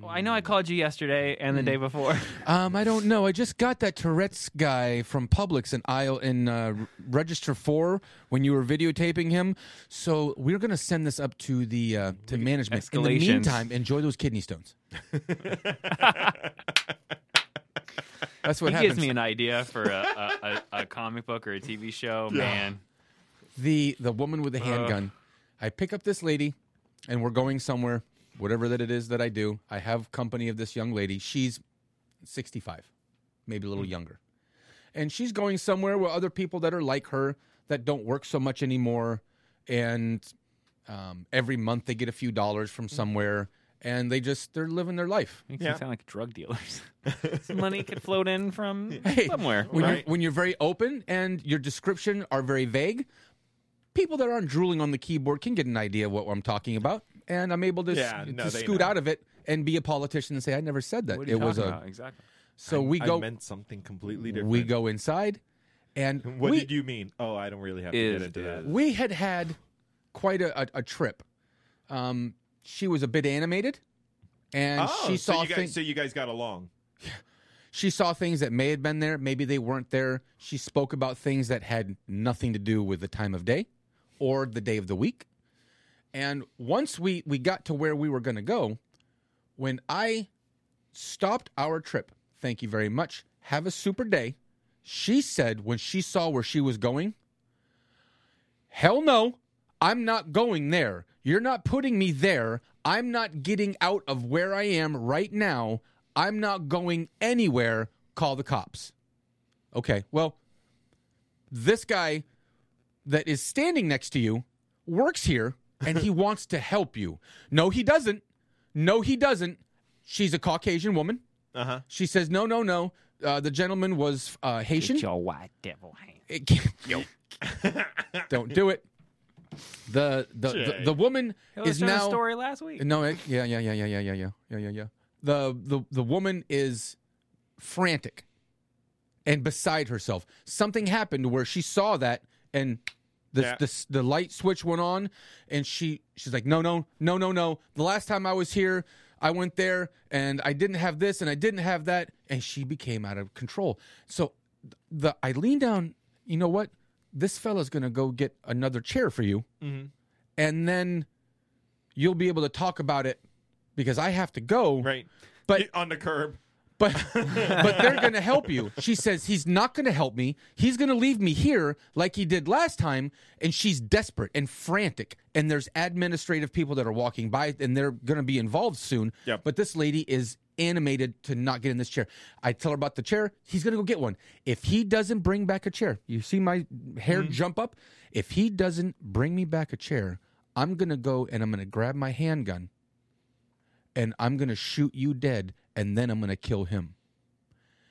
Speaker 4: Well, I know
Speaker 2: Mm.
Speaker 4: I called you yesterday and the day before.
Speaker 2: Um, I don't know. I just got that Tourette's guy from Publix in aisle in uh, register four when you were videotaping him. So we're gonna send this up to the uh, to management. In the
Speaker 4: Escalations.
Speaker 2: meantime, enjoy those kidney stones. That's what
Speaker 4: He
Speaker 2: happens.
Speaker 4: gives me an idea for a, a, a, a comic book or a TV show. Man,
Speaker 2: the the woman with the handgun. I pick up this lady, and we're going somewhere. Whatever that it is that I do, I have company of this young lady. She's sixty five, maybe a little younger, and she's going somewhere with other people that are like her that don't work so much anymore, and um, every month they get a few dollars from somewhere, and they just they're living their life.
Speaker 4: makes
Speaker 1: Yeah.
Speaker 4: me sound like drug dealers. Some money could float in from
Speaker 2: Hey,
Speaker 4: somewhere.
Speaker 2: When,
Speaker 1: Right.
Speaker 2: you're, when you're very open and your description are very vague, people that aren't drooling on the keyboard can get an idea of what I'm talking about, and I'm able to, s-
Speaker 1: Yeah,
Speaker 2: to
Speaker 1: no, they
Speaker 2: scoot
Speaker 1: know.
Speaker 2: out of it and be a politician and say I never said that.
Speaker 4: What are you
Speaker 2: It was
Speaker 4: talking
Speaker 2: a
Speaker 4: about? exactly.
Speaker 2: so we
Speaker 1: I
Speaker 2: go
Speaker 1: meant something completely different.
Speaker 2: we go inside, and
Speaker 1: What
Speaker 2: we,
Speaker 1: did you mean? Oh, I don't really have to
Speaker 4: Is-
Speaker 1: get into that.
Speaker 2: we had had quite a, a, a trip. Um, she was a bit animated, and
Speaker 1: oh,
Speaker 2: she
Speaker 1: so
Speaker 2: saw
Speaker 1: you guys,
Speaker 2: things.
Speaker 1: so you guys got along.
Speaker 2: she saw things that may have been there, maybe they weren't there. She spoke about things that had nothing to do with the time of day or the day of the week. And once we we got to where we were going to go, when I stopped our trip, thank you very much. Have a super day. She said when she saw where she was going, "Hell no. I'm not going there. You're not putting me there. I'm not getting out of where I am right now. I'm not going anywhere. Call the cops. Okay, well, this guy that is standing next to you works here and he wants to help you. No, he doesn't. No, he doesn't. She's a Caucasian woman.
Speaker 1: Uh huh.
Speaker 2: She says, no, no, no. Uh, the gentleman was uh, Haitian.
Speaker 4: Get your white devil hand.
Speaker 2: It can't- Don't do it. The the, the,
Speaker 1: Jay.
Speaker 2: the woman
Speaker 4: Hey,
Speaker 2: is
Speaker 4: listen to the
Speaker 2: now
Speaker 4: story last week.
Speaker 2: no it, yeah yeah yeah yeah yeah yeah yeah yeah yeah yeah the the the woman is frantic and beside herself. Something happened where she saw that and the
Speaker 1: Yeah.
Speaker 2: the, the light switch went on and she she's like no no no no no the last time I was here I went there and I didn't have this and I didn't have that and she became out of control. So the I lean down, you know what? This fella's going to go get another chair for you. And then you'll be able to talk about it because I have to go
Speaker 1: Right.
Speaker 2: But-
Speaker 1: Get on the curb.
Speaker 2: but but they're going to help you. She says he's not going to help me. He's going to leave me here like he did last time and she's desperate and frantic and there's administrative people that are walking by and they're going to be involved soon.
Speaker 1: Yep.
Speaker 2: But this lady is animated to not get in this chair. I tell her about the chair. He's going to go get one. If he doesn't bring back a chair. You see my hair
Speaker 1: Mm-hmm.
Speaker 2: jump up? If he doesn't bring me back a chair, I'm going to go and I'm going to grab my handgun and I'm going to shoot you dead and then I'm going to kill him.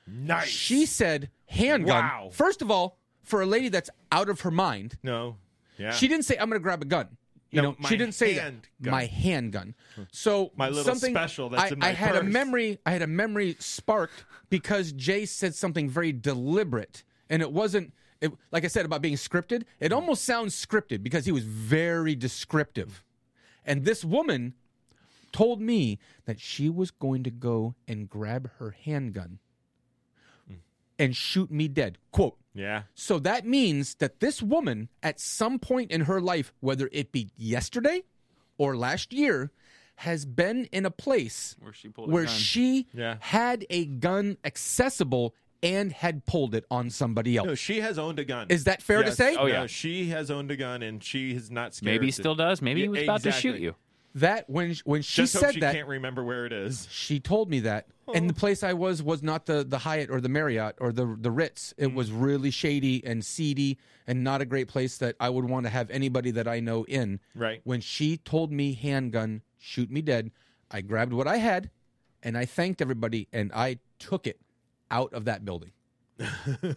Speaker 1: Nice.
Speaker 2: She said handgun.
Speaker 1: Wow.
Speaker 2: First of all, for a lady that's out of her mind,
Speaker 1: no. Yeah.
Speaker 2: she didn't say I'm going to grab a gun. You
Speaker 1: No,
Speaker 2: know,
Speaker 1: my
Speaker 2: she didn't say that.
Speaker 1: handgun.
Speaker 2: My handgun. So
Speaker 1: My little
Speaker 2: something,
Speaker 1: special that's
Speaker 2: I,
Speaker 1: in my
Speaker 2: I had a
Speaker 1: purse.
Speaker 2: memory. I had a memory sparked because Jay said something very deliberate, and it wasn't. It, like I said about being scripted, it almost sounds scripted because he was very descriptive. And this woman told me that she was going to go and grab her handgun
Speaker 1: Hmm.
Speaker 2: and shoot me dead. Quote.
Speaker 1: Yeah.
Speaker 2: So that means that this woman, at some point in her life, whether it be yesterday or last year, has been in a place
Speaker 4: Where she pulled. a
Speaker 2: where
Speaker 4: gun.
Speaker 2: she
Speaker 1: Yeah.
Speaker 2: had a gun accessible and had pulled it on somebody else.
Speaker 1: No, she has owned a gun.
Speaker 2: Is that fair to
Speaker 1: Yes.
Speaker 2: say?
Speaker 4: Oh,
Speaker 1: No,
Speaker 4: yeah.
Speaker 1: she has owned a gun and she is not scared.
Speaker 4: maybe he
Speaker 1: to-
Speaker 4: still does. Maybe he
Speaker 1: Yeah,
Speaker 4: was about to shoot
Speaker 1: exactly.
Speaker 4: you.
Speaker 2: That when when she
Speaker 1: Just hope
Speaker 2: said
Speaker 1: she
Speaker 2: that,
Speaker 1: can't remember where it is.
Speaker 2: she told me that.
Speaker 1: Oh.
Speaker 2: And the place I was was not the, the Hyatt or the Marriott or the the Ritz.
Speaker 1: Mm.
Speaker 2: It was really shady and seedy and not a great place that I would want to have anybody that I know in.
Speaker 1: Right.
Speaker 2: When she told me handgun, shoot me dead, I grabbed what I had and I thanked everybody and I took it out of that building.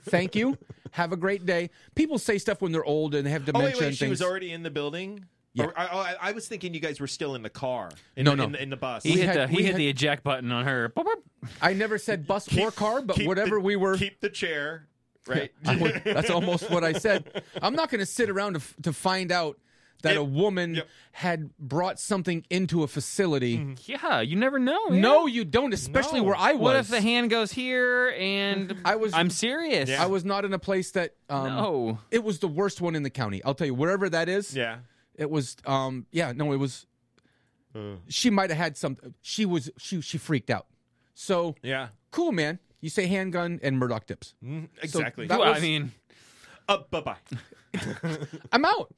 Speaker 2: Thank you. Have a great day. People say stuff when they're old and they have
Speaker 1: Oh
Speaker 2: dementia
Speaker 1: wait, wait.
Speaker 2: and
Speaker 1: She
Speaker 2: things.
Speaker 1: was already in the building.
Speaker 2: Yeah.
Speaker 1: Or- I, oh, I, I was thinking you guys were still in the car. In
Speaker 2: No,
Speaker 1: the,
Speaker 2: no.
Speaker 1: in the, in the bus.
Speaker 4: He hit
Speaker 2: had-
Speaker 4: the he
Speaker 2: we
Speaker 4: hit
Speaker 2: had-
Speaker 4: the eject button on her. Boop, boop.
Speaker 2: I never said bus
Speaker 1: Keep-
Speaker 2: or car, but
Speaker 1: keep
Speaker 2: whatever
Speaker 1: the-
Speaker 2: we were.
Speaker 1: keep the chair,
Speaker 2: Yeah,
Speaker 1: right?
Speaker 2: I would- that's almost what I said. I'm not going to sit around to, f- to find out that
Speaker 1: It-
Speaker 2: a woman
Speaker 1: yep. Mm-hmm.
Speaker 2: had brought something into a facility.
Speaker 4: Oh, Yeah, you never know. man.
Speaker 2: No, you don't, especially
Speaker 1: No.
Speaker 2: where I was.
Speaker 4: What if the hand goes here and
Speaker 2: I was-
Speaker 4: I'm serious.
Speaker 1: Yeah.
Speaker 2: I was not in a place that. Um,
Speaker 4: No.
Speaker 2: It was the worst one in the county. I'll tell you, wherever that is.
Speaker 1: yeah.
Speaker 2: It was. Um. Yeah. No. It was.
Speaker 1: Uh.
Speaker 2: She might have had some. She was. She. She freaked out. So
Speaker 1: Yeah. Mm-hmm.
Speaker 2: cool, man. You say handgun and Murdoch dips.
Speaker 1: Mm. Exactly.
Speaker 2: that-
Speaker 4: Well, I
Speaker 2: was-
Speaker 4: mean,
Speaker 1: uh, bye bye.
Speaker 2: I'm out.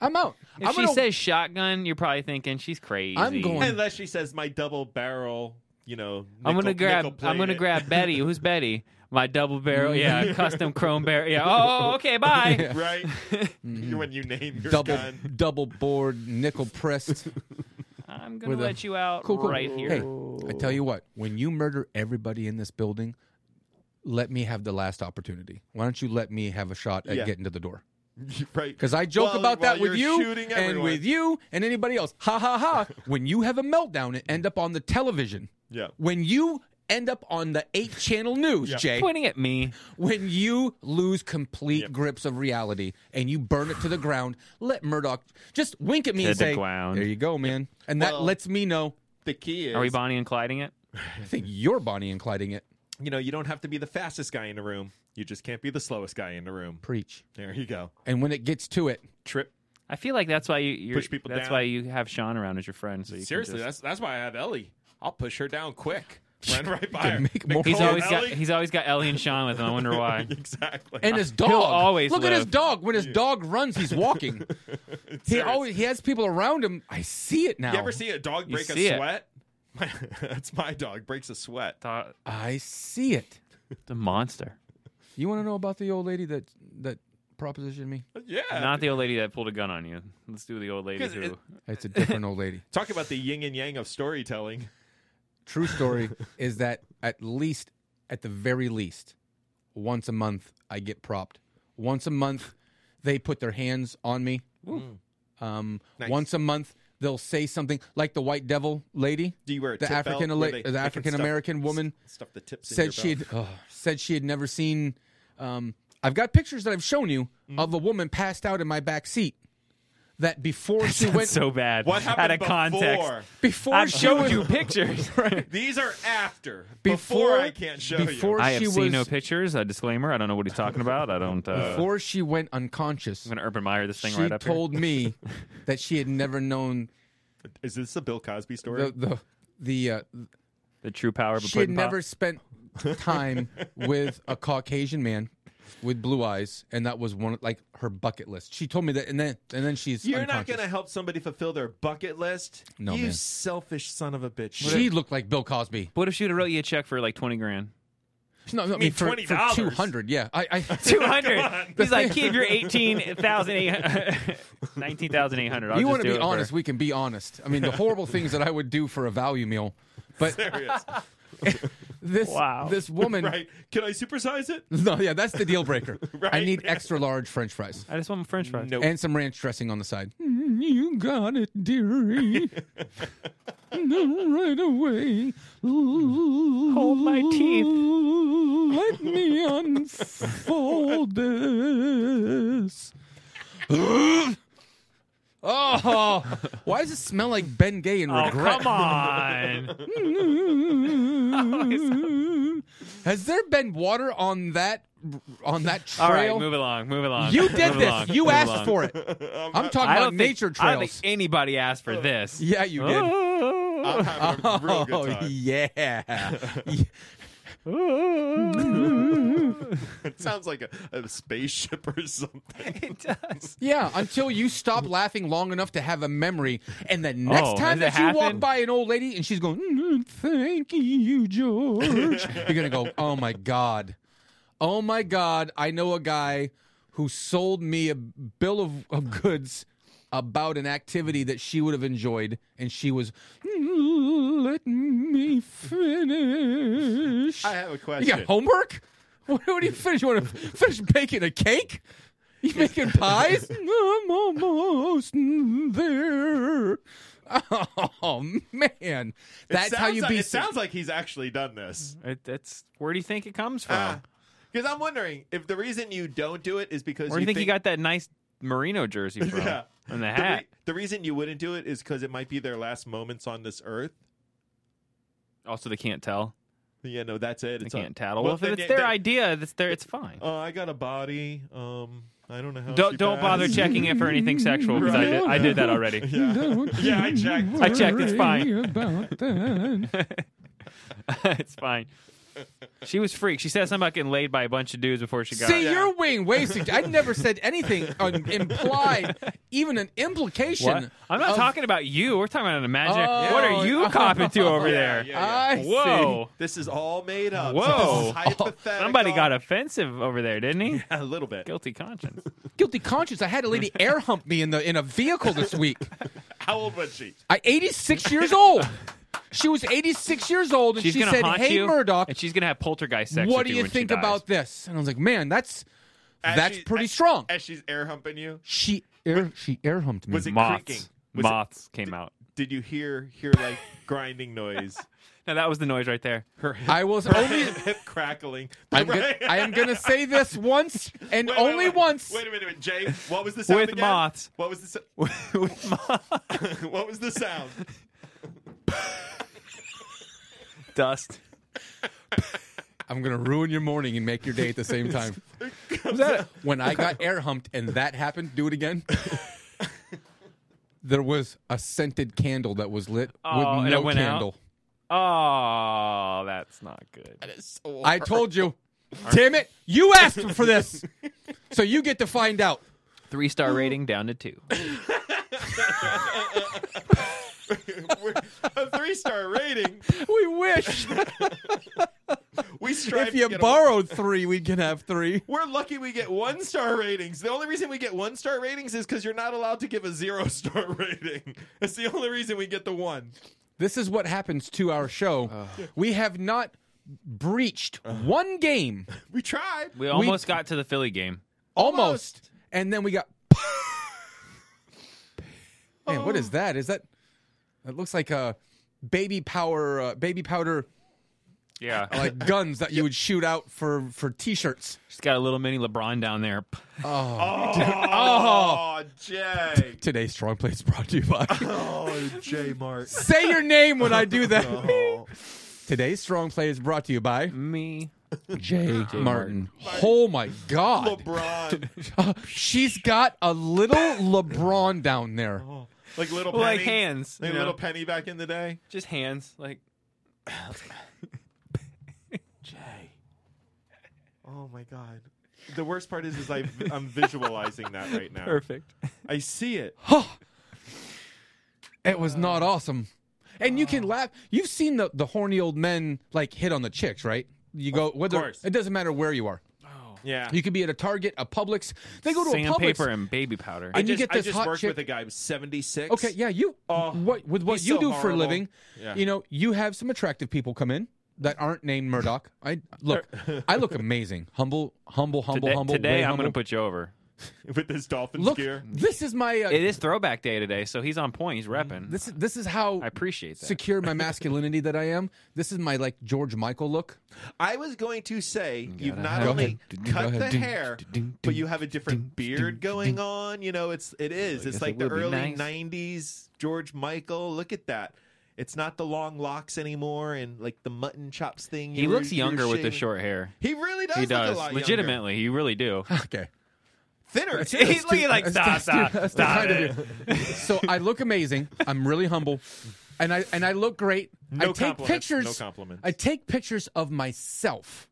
Speaker 2: I'm out.
Speaker 4: if
Speaker 2: I'm
Speaker 4: she
Speaker 2: gonna-
Speaker 4: says shotgun, you're probably thinking she's crazy.
Speaker 2: I'm going-
Speaker 1: Unless she says my double barrel, you know.
Speaker 4: I'm gonna
Speaker 1: nickel-
Speaker 4: grab.
Speaker 1: nickel-plate
Speaker 4: I'm gonna
Speaker 1: it."
Speaker 4: grab Betty. Who's Betty? My double barrel. Yeah, custom chrome barrel. Yeah. Oh, okay. Bye.
Speaker 1: right. You- when you name your
Speaker 2: Mm-hmm. double
Speaker 1: gun.
Speaker 2: double board nickel pressed.
Speaker 4: I'm gonna
Speaker 2: With a-
Speaker 4: let you out
Speaker 2: Cool, cool.
Speaker 4: right here.
Speaker 2: Hey, I tell you what, when you murder everybody in this building, let me have the last opportunity. Why don't you let me have a shot at
Speaker 1: Yeah.
Speaker 2: getting to the door?
Speaker 1: Right.
Speaker 2: Because I joke
Speaker 1: While-
Speaker 2: about
Speaker 1: while
Speaker 2: that with
Speaker 1: you're
Speaker 2: you
Speaker 1: shooting
Speaker 2: and
Speaker 1: everyone.
Speaker 2: with you and anybody else. Ha ha ha. when you have a meltdown and end up on the television,
Speaker 1: Yeah.
Speaker 2: when you end up on the eight channel news,
Speaker 1: Yeah.
Speaker 2: Jay,
Speaker 4: Pointing at me.
Speaker 2: when you lose complete
Speaker 1: Yep.
Speaker 2: grips of reality and you burn it to the ground, let Murdoch just wink at me
Speaker 4: To
Speaker 2: and
Speaker 4: the
Speaker 2: say,
Speaker 4: ground.
Speaker 2: There you go, man. And that
Speaker 1: Well-
Speaker 2: lets me know
Speaker 1: The key is
Speaker 4: Are we Bonnie and Clyding it?
Speaker 2: I think you're Bonnie and Clyde it.
Speaker 1: you know, you don't have to be the fastest guy in the room. You just can't be the slowest guy in the room.
Speaker 2: Preach.
Speaker 1: There you go.
Speaker 2: And when it gets to it,
Speaker 1: Trip.
Speaker 4: I feel like that's why you you're,
Speaker 1: Push people
Speaker 4: That's
Speaker 1: down.
Speaker 4: why you have Sean around as your friend. So you can
Speaker 1: Seriously, that's
Speaker 4: just-
Speaker 1: that's why I have Ellie. I'll push her down quick. Run right by her.
Speaker 2: make more-
Speaker 4: he's
Speaker 2: Oh,
Speaker 4: always got
Speaker 1: Ellie?
Speaker 4: he's always got Ellie and Sean with him. I wonder why.
Speaker 1: exactly.
Speaker 2: and his dog
Speaker 4: always
Speaker 2: look at his
Speaker 4: live.
Speaker 2: dog. When his dog runs, he's walking. he
Speaker 1: Serious.
Speaker 2: always he has people around him. I see it now.
Speaker 1: You ever see a dog
Speaker 4: You
Speaker 1: break
Speaker 4: see
Speaker 1: a
Speaker 4: it.
Speaker 1: sweat? My, that's my dog breaks a sweat.
Speaker 4: Thought
Speaker 2: I see it.
Speaker 4: the monster,
Speaker 2: You want to know about the old lady that that propositioned me?
Speaker 1: Yeah.
Speaker 4: not the old lady that pulled a gun on you. Let's do the old lady
Speaker 1: 'Cause
Speaker 4: who.
Speaker 1: Uh, it-
Speaker 2: It's a different old lady.
Speaker 1: Talk about the yin and yang of storytelling.
Speaker 2: True story is that at least at the very least once a month I get propped. Once a month they put their hands on me. Um,
Speaker 1: Nice.
Speaker 2: Once a month they'll say something like the white devil lady.
Speaker 1: Do you wear a
Speaker 2: the
Speaker 1: tip belt
Speaker 2: African
Speaker 1: where they- they
Speaker 2: ala- the
Speaker 1: can
Speaker 2: African American
Speaker 1: stuff-
Speaker 2: woman
Speaker 1: s- stuff the tips in your
Speaker 2: said she had
Speaker 1: belt.
Speaker 2: oh, said she had never seen. Um, I've got pictures that I've shown you
Speaker 1: Mm.
Speaker 2: of a woman passed out in my back seat. That before she went,
Speaker 4: so bad.
Speaker 1: What happened
Speaker 4: Out of
Speaker 1: before?
Speaker 4: context.
Speaker 2: before
Speaker 4: I've
Speaker 2: she
Speaker 4: showed
Speaker 2: was,
Speaker 4: you pictures. right.
Speaker 1: These are after. Before,
Speaker 2: Before-
Speaker 1: I can't show
Speaker 2: before
Speaker 4: I have
Speaker 2: she
Speaker 4: seen
Speaker 2: was
Speaker 4: no pictures. A disclaimer. I don't know what he's talking about. I don't. Uh,
Speaker 2: before she went unconscious.
Speaker 4: I'm gonna Urban Meyer this thing
Speaker 2: She
Speaker 4: right up
Speaker 2: told me that she had never known
Speaker 1: you. Is this a Bill Cosby story?
Speaker 2: the the the uh,
Speaker 4: here. The true power of a
Speaker 2: she had
Speaker 4: pudding pop.
Speaker 2: never spent time with a Caucasian man with blue eyes, and that was one of, like her bucket list. She told me that, and then and then she's
Speaker 1: You're not
Speaker 2: unconscious.
Speaker 1: going to help somebody fulfill their bucket list.
Speaker 2: No,
Speaker 1: you
Speaker 2: man.
Speaker 1: selfish son of a bitch.
Speaker 2: She looked like Bill Cosby.
Speaker 4: What if she would have wrote you a check for like twenty grand?
Speaker 2: No, no, I
Speaker 1: mean,
Speaker 2: mean for, for
Speaker 1: $20.
Speaker 2: two hundred. Yeah, I, I
Speaker 4: Two
Speaker 1: Come
Speaker 4: hundred.
Speaker 1: on.
Speaker 4: He's like, keep your eighteen thousand eight hundred, nineteen thousand eight hundred.
Speaker 2: you want to be honest? We can be honest. I mean, the horrible things that I would do for a value meal, but
Speaker 1: Serious.
Speaker 2: this
Speaker 4: Wow.
Speaker 2: this woman.
Speaker 1: right. Can I supersize it?
Speaker 2: No, yeah, that's the deal breaker. I
Speaker 1: Right.
Speaker 2: need extra large French fries
Speaker 4: I just want French fries.
Speaker 1: No.
Speaker 2: and some ranch dressing on the side. Mm, You got it, dearie. No, right away. Hold
Speaker 4: my teeth.
Speaker 2: Let me unfold this. oh, why does it smell like Ben Gay and
Speaker 4: Oh,
Speaker 2: regret?
Speaker 4: come on.
Speaker 2: Has there been water on that on that trail?
Speaker 4: All right, move along, move along.
Speaker 2: You
Speaker 4: move
Speaker 2: did this.
Speaker 4: along,
Speaker 2: you
Speaker 4: move
Speaker 2: asked
Speaker 4: along.
Speaker 2: for it. I'm talking
Speaker 4: I
Speaker 2: about
Speaker 4: don't think,
Speaker 2: nature
Speaker 4: I don't think
Speaker 2: trails.
Speaker 4: anybody asked for this. Oh.
Speaker 2: Yeah, you did.
Speaker 1: I'm having a real good
Speaker 2: Oh
Speaker 1: time.
Speaker 2: yeah.
Speaker 1: It sounds like a, a spaceship or something.
Speaker 4: it does.
Speaker 2: yeah, until you stop laughing long enough to have a memory and the next
Speaker 4: Oh,
Speaker 2: time
Speaker 4: has
Speaker 2: that
Speaker 4: it
Speaker 2: you walk
Speaker 4: happened?
Speaker 2: by an old lady and she's going, "Mm, "Thank you, George." You're going to go, "Oh my god. Oh my god, I know a guy who sold me a bill of, of goods about an activity that she would have enjoyed, and she was, let me finish.
Speaker 1: I have a
Speaker 2: you got
Speaker 1: question.
Speaker 2: homework? What, what do you finish? You want to finish baking a cake? You making pies? I'm almost there. Oh man, that's
Speaker 1: it
Speaker 2: how you
Speaker 1: sounds
Speaker 2: be.
Speaker 1: Like, it sounds like he's actually done this.
Speaker 4: It, that's where do you think it comes from?
Speaker 1: Because
Speaker 2: Mm-hmm.
Speaker 1: I'm wondering if the reason you don't do it is because
Speaker 4: where do you think, you got that nice merino jersey from
Speaker 1: Yeah.
Speaker 4: and the
Speaker 1: the, re-
Speaker 4: hat?
Speaker 1: the reason you wouldn't do it is because it might be their last moments on this earth.
Speaker 4: also, they can't tell.
Speaker 1: Yeah, no, that's it.
Speaker 4: They
Speaker 1: It's
Speaker 4: can't
Speaker 1: on-
Speaker 4: tattle. Well, if
Speaker 1: then
Speaker 4: it's
Speaker 1: they-
Speaker 4: their
Speaker 1: they-
Speaker 4: idea, that's their. It's fine.
Speaker 1: Uh, I got a body. Um, I don't know how. she
Speaker 4: don't don't bother
Speaker 1: passed.
Speaker 4: checking it for anything sexual because I,
Speaker 1: Right.
Speaker 4: did, I did that already.
Speaker 1: Yeah, yeah, I checked.
Speaker 4: I checked. It's fine.
Speaker 2: About that.
Speaker 4: it's fine. She was freaked. She said something about getting laid by a bunch of dudes before she got.
Speaker 2: See,
Speaker 1: Yeah.
Speaker 2: you're Wayne wasting. I never said anything un- implied, even an implication.
Speaker 4: What? I'm not
Speaker 2: of-
Speaker 4: talking about you. We're talking about an imaginary.
Speaker 2: Oh,
Speaker 4: what are you copping to over
Speaker 1: Yeah,
Speaker 4: there?
Speaker 1: yeah.
Speaker 2: I see.
Speaker 4: Whoa.
Speaker 1: This is all made up.
Speaker 4: Whoa.
Speaker 1: This is hypothetical.
Speaker 4: Somebody got offensive over there, didn't he?
Speaker 1: a little bit.
Speaker 4: Guilty conscience.
Speaker 2: guilty conscience. I had a lady air hump me in the in a vehicle this week.
Speaker 1: How old was she?
Speaker 2: I 86 years old. She was 86 years old, and
Speaker 4: She's
Speaker 2: she
Speaker 4: gonna
Speaker 2: said,
Speaker 4: haunt
Speaker 2: "Hey,
Speaker 4: you,
Speaker 2: Murdoch,
Speaker 4: and she's gonna have poltergeist sex.
Speaker 2: what
Speaker 4: with
Speaker 2: do you
Speaker 4: when she
Speaker 2: think
Speaker 4: dies.
Speaker 2: about this?" And I was like, "Man, that's
Speaker 1: As
Speaker 2: that's
Speaker 1: she-
Speaker 2: pretty
Speaker 1: as-
Speaker 2: strong."
Speaker 1: As she's air humping you,
Speaker 2: she air she air humped me.
Speaker 1: was it creaking?
Speaker 4: moths?
Speaker 1: Was it-
Speaker 4: Moths came out.
Speaker 1: did you hear hear like grinding noise?
Speaker 4: Now that was the noise right there.
Speaker 1: Her hip,
Speaker 2: I was only.
Speaker 1: hip crackling.
Speaker 2: I'm gonna, I am gonna say this once and
Speaker 1: Wait, wait,
Speaker 2: only
Speaker 1: wait.
Speaker 2: once.
Speaker 1: Wait a minute, Jay. What was the sound
Speaker 4: With
Speaker 1: again?
Speaker 4: moths.
Speaker 1: What was the so-
Speaker 4: With moth
Speaker 1: what was the sound?
Speaker 4: dust.
Speaker 2: I'm gonna ruin your morning and make your day at the same time. when I got air humped and that happened, do it again. there was a scented candle that was lit
Speaker 4: Oh,
Speaker 2: with
Speaker 4: and
Speaker 2: no
Speaker 4: it went out?
Speaker 2: candle.
Speaker 4: Oh, that's not good.
Speaker 2: I told you. Damn it! You asked for this, so you get to find out.
Speaker 4: Three star rating down to two.
Speaker 1: We're- a three star rating.
Speaker 2: We wish
Speaker 1: We strive.
Speaker 2: if
Speaker 1: to
Speaker 2: you
Speaker 1: get a-
Speaker 2: borrowed three, we can have three.
Speaker 1: We're lucky we get one star ratings. The only reason we get one star ratings is because you're not allowed to give a zero star rating. That's the only reason we get the one.
Speaker 2: This is what happens to our show. we have not breached one game,
Speaker 1: We tried.
Speaker 4: We almost got to the Philly game.
Speaker 2: almost, and then we got. Man, what is that? Is that? It looks like a baby power, uh, baby powder,
Speaker 4: Yeah,
Speaker 2: like guns that you would shoot out for for t-shirts.
Speaker 4: she's got a little mini LeBron down there.
Speaker 1: Oh, Jay.
Speaker 2: Today's strong play is brought to you by.
Speaker 1: Oh, Jay Mart.
Speaker 2: Say your name when I do that. Today's strong play is brought to you by
Speaker 4: Me.
Speaker 2: Jay Martin. Oh my God,
Speaker 1: LeBron.
Speaker 2: she's got a little LeBron down there.
Speaker 1: Like little penny.
Speaker 4: Well, like hands,
Speaker 1: Like
Speaker 4: you know?
Speaker 1: little penny back in the day.
Speaker 4: Just hands, like
Speaker 1: Jay. Oh my god. The worst part is, is I, I'm visualizing that right now.
Speaker 4: perfect.
Speaker 1: I see it.
Speaker 2: It was not awesome. And you can laugh. You've seen the, the horny old men like hit on the chicks, right? You go whether
Speaker 1: course.
Speaker 2: it doesn't matter where you are.
Speaker 1: Yeah.
Speaker 2: You could be at a Target, a Publix. They go to a
Speaker 4: Sandpaper
Speaker 2: Publix.
Speaker 4: and baby powder.
Speaker 1: I
Speaker 2: and you
Speaker 1: just,
Speaker 2: get this
Speaker 1: I just
Speaker 2: hot
Speaker 1: worked
Speaker 2: chick-
Speaker 1: with a guy who was 76.
Speaker 2: Okay, yeah, you
Speaker 1: Oh,
Speaker 2: what with what
Speaker 1: he's
Speaker 2: you
Speaker 1: so
Speaker 2: do for a
Speaker 1: horrible.
Speaker 2: living,
Speaker 1: Yeah.
Speaker 2: you know, you have some attractive people come in that aren't named Murdoch. I look, I look amazing, humble, humble, humble,
Speaker 4: today,
Speaker 2: humble.
Speaker 4: today
Speaker 2: way
Speaker 4: I'm
Speaker 2: humble.
Speaker 4: going to put you over.
Speaker 1: With this Dolphins
Speaker 2: look.
Speaker 1: gear.
Speaker 2: This is my uh,
Speaker 4: It is Throwback Day today, so he's on point. He's repping.
Speaker 2: this is this is how
Speaker 4: I appreciate that.
Speaker 2: secure my masculinity that I am. This is my like George Michael look.
Speaker 1: I was going to say you've not
Speaker 2: have-
Speaker 1: only
Speaker 2: Go ahead. Go
Speaker 1: cut
Speaker 2: ahead.
Speaker 1: the
Speaker 2: Ding,
Speaker 1: hair,
Speaker 2: ding, ding,
Speaker 1: but
Speaker 2: ding,
Speaker 1: you have a different beard going on. You know, it's it is. It's
Speaker 4: guess
Speaker 1: like
Speaker 4: it
Speaker 1: the
Speaker 4: would be
Speaker 1: early
Speaker 4: nice.
Speaker 1: '90s George Michael. Look at that. It's not the long locks anymore, and like the mutton chops thing.
Speaker 4: He
Speaker 1: you were-
Speaker 4: looks
Speaker 1: you were
Speaker 4: younger with the
Speaker 1: shaving.
Speaker 4: short hair.
Speaker 1: He really does.
Speaker 4: He
Speaker 1: Look
Speaker 4: does
Speaker 1: a lot
Speaker 4: legitimately. You really do.
Speaker 2: Okay.
Speaker 1: younger. thinner.
Speaker 4: He's
Speaker 1: too.
Speaker 4: looking like stop, stop, stop it.
Speaker 2: So I look amazing. I'm really humble, and I and I look great.
Speaker 1: No
Speaker 2: I take
Speaker 1: compliments,
Speaker 2: pictures.
Speaker 1: no compliments.
Speaker 2: I take pictures of myself,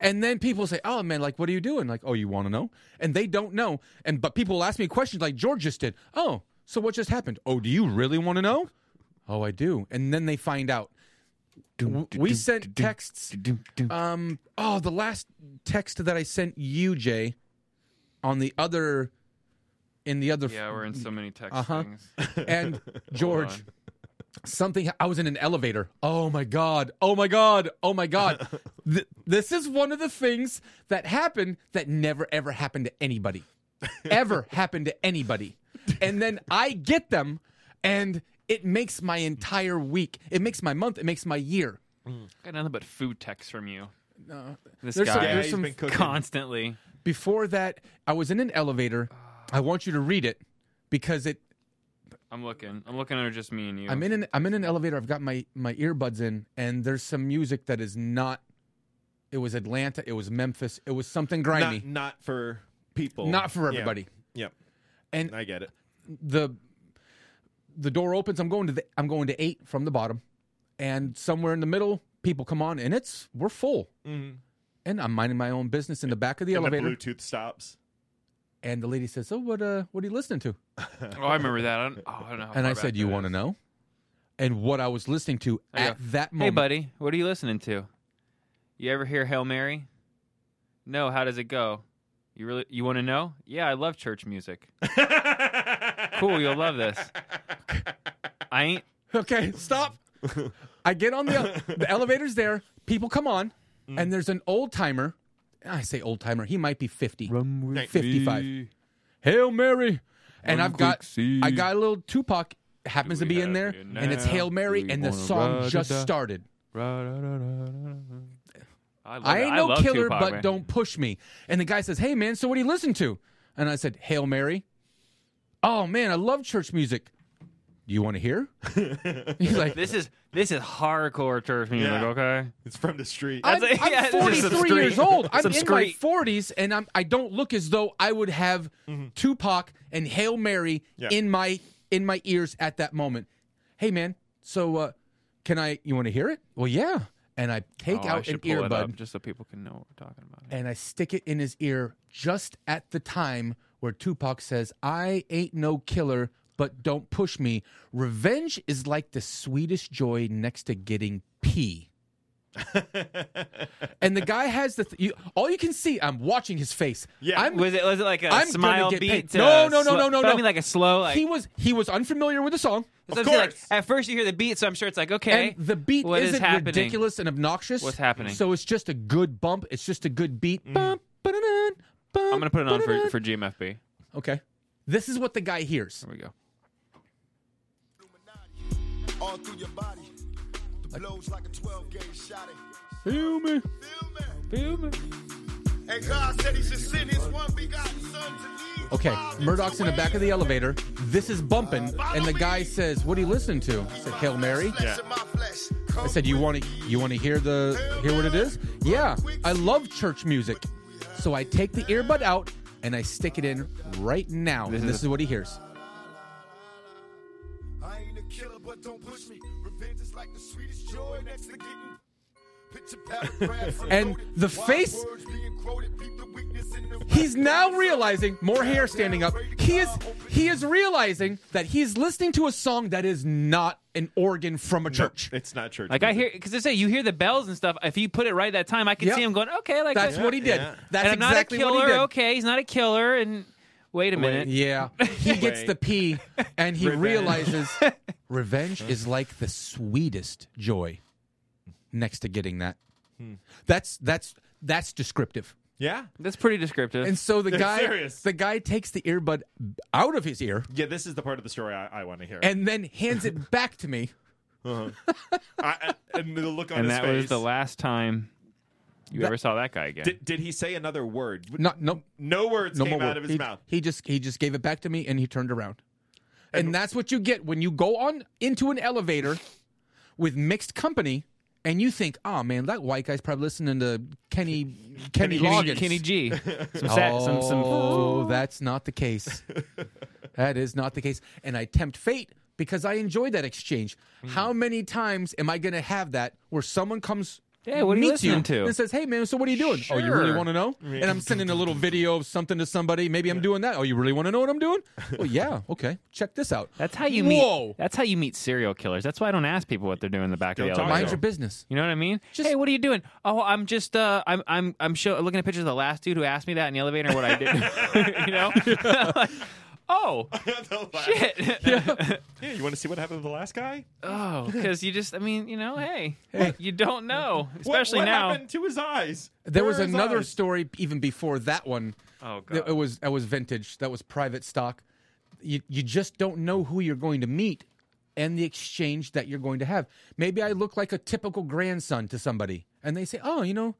Speaker 2: and then people say, "Oh man, like what are you doing?" Like, "Oh, you want to know?" And they don't know. And but people ask me questions like George just did. Oh, so what just happened? Oh, do you really want to know? Oh, I do. And then they find out. W- We sent texts. Um. Oh, the last text that I sent you, Jay, on the other in the other.
Speaker 4: Yeah, we're in so many text
Speaker 2: Uh-huh.
Speaker 4: things.
Speaker 2: and George,
Speaker 4: on.
Speaker 2: something. I was in an elevator. Oh my god. Oh my god. Oh my god. Th- this is one of the things that happened that never ever happened to anybody. ever happened to anybody. And then I get them, and it makes my entire week. It makes my month. It makes my year.
Speaker 4: Got nothing but food texts from you.
Speaker 2: No.
Speaker 4: This
Speaker 2: There's some-
Speaker 4: guy
Speaker 1: Yeah,
Speaker 2: there's
Speaker 1: he's
Speaker 2: some
Speaker 1: been cooking.
Speaker 4: constantly.
Speaker 2: Before that, I was in an elevator. I want you to read it because it
Speaker 4: I'm looking. I'm looking under just me and you.
Speaker 2: I'm in an I'm in an elevator. I've got my my earbuds in, and there's some music that is not. It was Atlanta. It was Memphis. It was something grimy.
Speaker 1: Not, not for people.
Speaker 2: Not for
Speaker 1: Yeah.
Speaker 2: everybody.
Speaker 1: Yep.
Speaker 2: And-
Speaker 1: I get it.
Speaker 2: the the door opens. I'm going to the I'm going to eight from the bottom, and somewhere in the middle, people come on, and it's we're full.
Speaker 4: Mm-hmm.
Speaker 2: And I'm minding my own business in the back of the
Speaker 1: And
Speaker 2: elevator,
Speaker 1: the Bluetooth stops.
Speaker 2: and the lady says, "So what? Uh, what are you listening to?"
Speaker 4: Oh, I remember that. I don't, oh, I don't know. How
Speaker 2: And I said, "You want to know?" And what I was listening to
Speaker 4: There you
Speaker 2: at
Speaker 4: go.
Speaker 2: that
Speaker 4: Hey,
Speaker 2: moment.
Speaker 4: buddy, what are you listening to? You ever hear Hail Mary? No. How does it go? You really you want to know? Yeah, I love church music. cool, you'll love this. I ain't.
Speaker 2: Okay, stop. I get on the the elevator's there. People come on, and there's an old timer. I say old timer. He might be fifty.
Speaker 1: Thank-
Speaker 2: 55. Hail Mary, and I've got
Speaker 4: sea.
Speaker 2: I got a little Tupac happens
Speaker 4: Do
Speaker 2: to
Speaker 4: we
Speaker 2: be in
Speaker 4: have
Speaker 2: there,
Speaker 4: you
Speaker 2: and it's
Speaker 4: now?
Speaker 2: Hail Mary,
Speaker 4: Do you
Speaker 2: and the
Speaker 4: wanna
Speaker 2: song
Speaker 4: ride
Speaker 2: just
Speaker 4: it up?
Speaker 2: started.
Speaker 4: I, love
Speaker 2: I
Speaker 4: it.
Speaker 2: ain't no
Speaker 4: love
Speaker 2: killer,
Speaker 4: Tupac,
Speaker 2: but
Speaker 4: man.
Speaker 2: don't push me. And the guy says, "Hey man, so what do you listen to?" And I said, "Hail Mary." Oh man, I love church music. Do you want to hear? He's like,
Speaker 4: This is this is hardcore church music.
Speaker 1: Yeah.
Speaker 4: Okay.
Speaker 1: It's from the street.
Speaker 2: I'm,
Speaker 4: That's-
Speaker 2: I'm
Speaker 4: yeah, this is some
Speaker 2: 43 years
Speaker 4: street-
Speaker 2: old. I'm
Speaker 4: some
Speaker 2: in my
Speaker 4: street.
Speaker 2: 40s, and I'm I don't look as though I would have Tupac and Hail Mary
Speaker 1: Yeah.
Speaker 2: in my in my ears at that moment. Hey man, so uh, can I? You want to hear it? Well, yeah. And I take
Speaker 4: Oh, I
Speaker 2: out
Speaker 4: should
Speaker 2: an
Speaker 4: pull it up
Speaker 2: earbud
Speaker 4: just so people can know what we're talking about.
Speaker 2: and I stick it in his ear just at the time where Tupac says, "I ain't no killer." But don't push me. Revenge is like the sweetest joy next to getting pee. and the guy has the th- you, all you can see. I'm watching his face.
Speaker 1: Yeah.
Speaker 2: I'm,
Speaker 4: Was it was it like a
Speaker 2: I'm gonna
Speaker 4: smile
Speaker 2: get
Speaker 4: beat?
Speaker 2: paid.
Speaker 4: to
Speaker 2: No, no, no,
Speaker 4: slow-
Speaker 2: no, no,
Speaker 4: but I
Speaker 2: no.
Speaker 4: mean like a slow. Like,
Speaker 2: he was he was unfamiliar with the song.
Speaker 4: so
Speaker 1: Of
Speaker 4: I'm saying, like,
Speaker 1: course.
Speaker 4: at first you hear the beat, so I'm sure it's like okay.
Speaker 2: And the beat
Speaker 4: what
Speaker 2: isn't
Speaker 4: happening?
Speaker 2: ridiculous and obnoxious.
Speaker 4: What's happening?
Speaker 2: So it's just a good bump. It's just a good beat. Bump, ba-da-dun, bump,
Speaker 4: I'm gonna put it on for,
Speaker 2: ba-da-dun.
Speaker 4: for GMFB. There
Speaker 2: Okay. This is what the guy hears.
Speaker 4: we go.
Speaker 5: all through your body. The blows like a 12 gauge shot. at-
Speaker 2: Feel me,
Speaker 5: Feel me?
Speaker 2: feel me.
Speaker 5: And God said he should send his one begotten son to lead. the
Speaker 2: Okay,
Speaker 5: wild
Speaker 2: Murdoch's in the back of the elevator. This is bumping, and the
Speaker 5: me.
Speaker 2: guy says, "What are you listening to?" I
Speaker 5: into
Speaker 2: said,
Speaker 5: my
Speaker 2: "Hail Mary."
Speaker 5: flesh and my flesh.
Speaker 2: I
Speaker 5: Come
Speaker 2: said, "You
Speaker 5: with
Speaker 2: want to you want to hear the hear what it is?" Yeah, I love church music, so I take the earbud out and I stick it in right now, and this is what he hears.
Speaker 5: I ain't a killer, but don't push me. Revenge is like the sweetest joy next to getting. Picture paragraphs
Speaker 2: And
Speaker 5: unloaded.
Speaker 2: the
Speaker 5: Wise
Speaker 2: face-
Speaker 5: words being quoted, peep the weakness in the
Speaker 2: He's now realizing more hair standing up. He is he is realizing that he's listening to a song that is not an organ from a church.
Speaker 1: It's not church.
Speaker 4: Like I
Speaker 1: music.
Speaker 4: hear because they say you hear the bells and stuff. If you put it right that time, I can
Speaker 2: Yep.
Speaker 4: see him going okay. Like
Speaker 2: That's
Speaker 4: that-
Speaker 2: what he did.
Speaker 1: Yeah.
Speaker 2: That's
Speaker 4: and I'm
Speaker 2: exactly
Speaker 4: not a
Speaker 2: what
Speaker 4: killer.
Speaker 2: he did.
Speaker 4: Okay, he's not a killer. And wait a minute.
Speaker 2: Yeah. He gets
Speaker 1: Wait.
Speaker 2: the P and he
Speaker 1: Revenge.
Speaker 2: realizes revenge is like the sweetest joy next to getting that.
Speaker 1: Hmm.
Speaker 2: That's that's that's descriptive.
Speaker 1: Yeah.
Speaker 4: That's pretty descriptive.
Speaker 2: And so the
Speaker 1: They're
Speaker 2: guy
Speaker 1: serious.
Speaker 2: the guy takes the earbud out of his ear
Speaker 1: Yeah, this is the part of the story I, I want to hear.
Speaker 2: and then hands it back to me.
Speaker 1: I, I- and the look on
Speaker 4: And
Speaker 1: his
Speaker 4: that
Speaker 1: face.
Speaker 4: was the last time you ever saw that guy again.
Speaker 1: Did, did he say another word?
Speaker 2: No no
Speaker 1: No words
Speaker 2: no
Speaker 1: came
Speaker 2: more
Speaker 1: out
Speaker 2: word.
Speaker 1: of his
Speaker 2: he,
Speaker 1: mouth.
Speaker 2: he just he just gave it back to me and he turned around. And, that's what you get when you go on into an elevator with mixed company and you think, oh man, that white guy's probably listening to Kenny Kenny, Loggins.
Speaker 4: Kenny G. Some sad,
Speaker 2: oh,
Speaker 4: some, some
Speaker 2: that's not the case. that is not the case. And I tempt fate because I enjoyed that exchange.
Speaker 4: Hmm.
Speaker 2: How many times am I going to have that where someone comes?
Speaker 4: Hey, what are you
Speaker 2: meets
Speaker 4: listening to?
Speaker 2: And says, "Hey, man, so what are you doing? Oh, you really
Speaker 4: Sure.
Speaker 2: want to know?" And I'm sending a little video of something to somebody. Maybe I'm doing that. Oh, you really want to know what I'm doing? Well, yeah. Okay, check this out.
Speaker 4: That's how you meet.
Speaker 2: Whoa.
Speaker 4: That's how you meet serial killers. That's why I don't ask people what they're doing in the back
Speaker 1: Don't
Speaker 4: of the
Speaker 1: talk
Speaker 4: elevator.
Speaker 2: Mind
Speaker 1: So-
Speaker 2: your business.
Speaker 4: You know what I mean? hey, what are you doing? Oh, I'm just uh, I'm I'm I'm show, looking at pictures of the last dude who asked me that in the elevator. and What I did, you know? Oh,
Speaker 1: The last-
Speaker 4: shit.
Speaker 1: Yeah, you want to see what happened to the last guy?
Speaker 4: Oh, because you just, I mean, you know, hey, you don't know, especially
Speaker 1: what, what
Speaker 4: now.
Speaker 1: happened to his eyes?
Speaker 2: There
Speaker 1: Where
Speaker 2: was
Speaker 1: are his
Speaker 2: another
Speaker 1: eyes?
Speaker 2: story even before that one.
Speaker 4: Oh,
Speaker 2: That- It
Speaker 4: God.
Speaker 2: was that was vintage. That was private stock. You you just don't know who you're going to meet and the exchange that you're going to have. Maybe I look like a typical grandson to somebody and they say, "Oh, you know,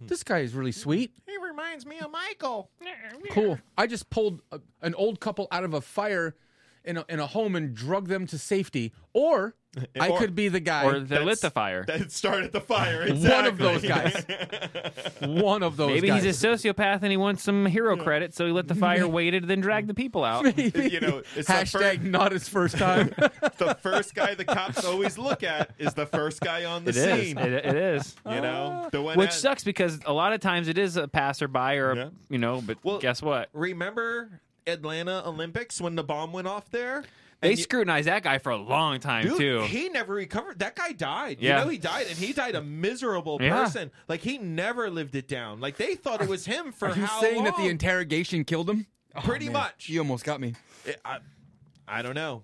Speaker 4: Hmm.
Speaker 2: this guy is really sweet.
Speaker 1: He reminds me of Michael.
Speaker 2: Cool. I just pulled a, an old couple out of a fire in a, in a home and drug them to safety." Or I
Speaker 1: Or-
Speaker 2: could be the guy
Speaker 4: Or they lit the fire.
Speaker 1: That started the fire. Exactly.
Speaker 2: one of those guys. one of those
Speaker 4: Maybe
Speaker 2: guys.
Speaker 4: he's a sociopath and he wants some hero credit, so he lit the fire, waited, then dragged the people out.
Speaker 1: you know, it's the fir-
Speaker 2: Hashtag not his first time.
Speaker 1: the first guy the cops always look at is the first guy on the
Speaker 4: It is.
Speaker 1: scene.
Speaker 4: It, it is.
Speaker 1: You know, the one
Speaker 4: Which
Speaker 1: that-
Speaker 4: sucks because a lot of times it is a passerby or, a,
Speaker 1: Yeah.
Speaker 4: you know, but
Speaker 1: Well,
Speaker 4: guess what?
Speaker 1: Remember Atlanta Olympics when the bomb went off there?
Speaker 4: They
Speaker 1: And you-
Speaker 4: scrutinized that guy for a long time,
Speaker 1: Dude,
Speaker 4: too.
Speaker 1: he never recovered. That guy died.
Speaker 4: Yeah.
Speaker 1: You know, he died, and he died a miserable
Speaker 4: Yeah.
Speaker 1: person. Like he never lived it down. Like they thought it was him for
Speaker 2: Are you
Speaker 1: how
Speaker 2: saying
Speaker 1: long?
Speaker 2: that the interrogation killed him?
Speaker 1: Pretty
Speaker 2: man.
Speaker 1: much.
Speaker 2: You almost got me.
Speaker 1: I, I don't know.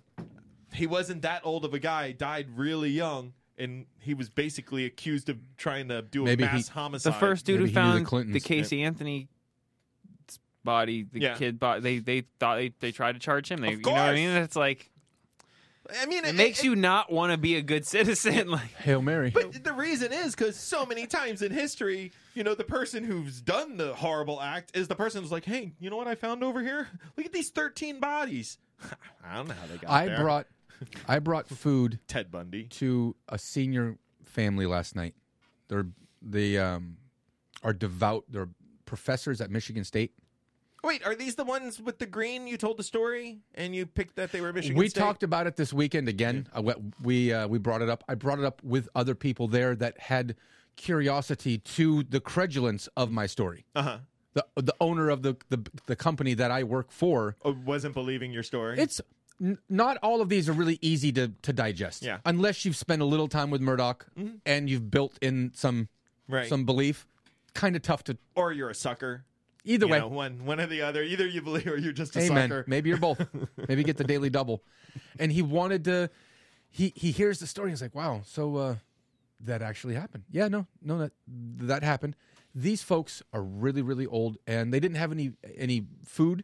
Speaker 1: He wasn't that old of a guy. Died really young, and he was basically accused of trying to do a
Speaker 2: Maybe
Speaker 1: mass
Speaker 2: he-
Speaker 1: homicide.
Speaker 4: the first dude
Speaker 2: Maybe he knew
Speaker 4: who
Speaker 2: the
Speaker 4: found the,
Speaker 2: Clintons.
Speaker 4: Casey Anthony body, the
Speaker 1: Yeah.
Speaker 4: kid body, they they thought they, they tried to charge him.
Speaker 1: Of
Speaker 4: They, you know what I
Speaker 1: course.
Speaker 4: mean? It's like
Speaker 1: I mean,
Speaker 4: it, makes you not want to be a good citizen. Like
Speaker 2: Hail Mary.
Speaker 1: But the reason is because so many times in history, you know, the person who's done the horrible act is the person who's like, "Hey, you know what I found over here? Look at these thirteen bodies." I don't know how they got
Speaker 2: I
Speaker 1: there.
Speaker 2: brought I brought food
Speaker 1: Ted Bundy.
Speaker 2: to a senior family last night. They're they um are devout. They're professors at Michigan State.
Speaker 1: Wait, are these the ones with the green? You told the story, and you picked that they were Michigan.
Speaker 2: we
Speaker 1: State?
Speaker 2: talked about it this weekend again. I went- we uh, we brought it up. I brought it up with other people there that had curiosity to the credulence of my story.
Speaker 1: Uh-huh.
Speaker 2: The the owner of the the, the company that I work for
Speaker 1: Oh, wasn't believing your story.
Speaker 2: it's n- not all of these are really easy to, to digest.
Speaker 1: Yeah. Mm-hmm.
Speaker 2: Unless you've spent a little time with Murdoch and you've built in some
Speaker 1: Right.
Speaker 2: some belief, kind of tough to.
Speaker 1: or you're a sucker.
Speaker 2: Either
Speaker 1: You
Speaker 2: way,
Speaker 1: know, one one or the other. Either you believe or you're just a
Speaker 2: amen.
Speaker 1: sucker.
Speaker 2: Maybe you're both. Maybe get the daily double. And he wanted to. He he hears the story. He's like, wow. So uh, that actually happened. Yeah. No. No. That that happened. These folks are really really old, and they didn't have any any food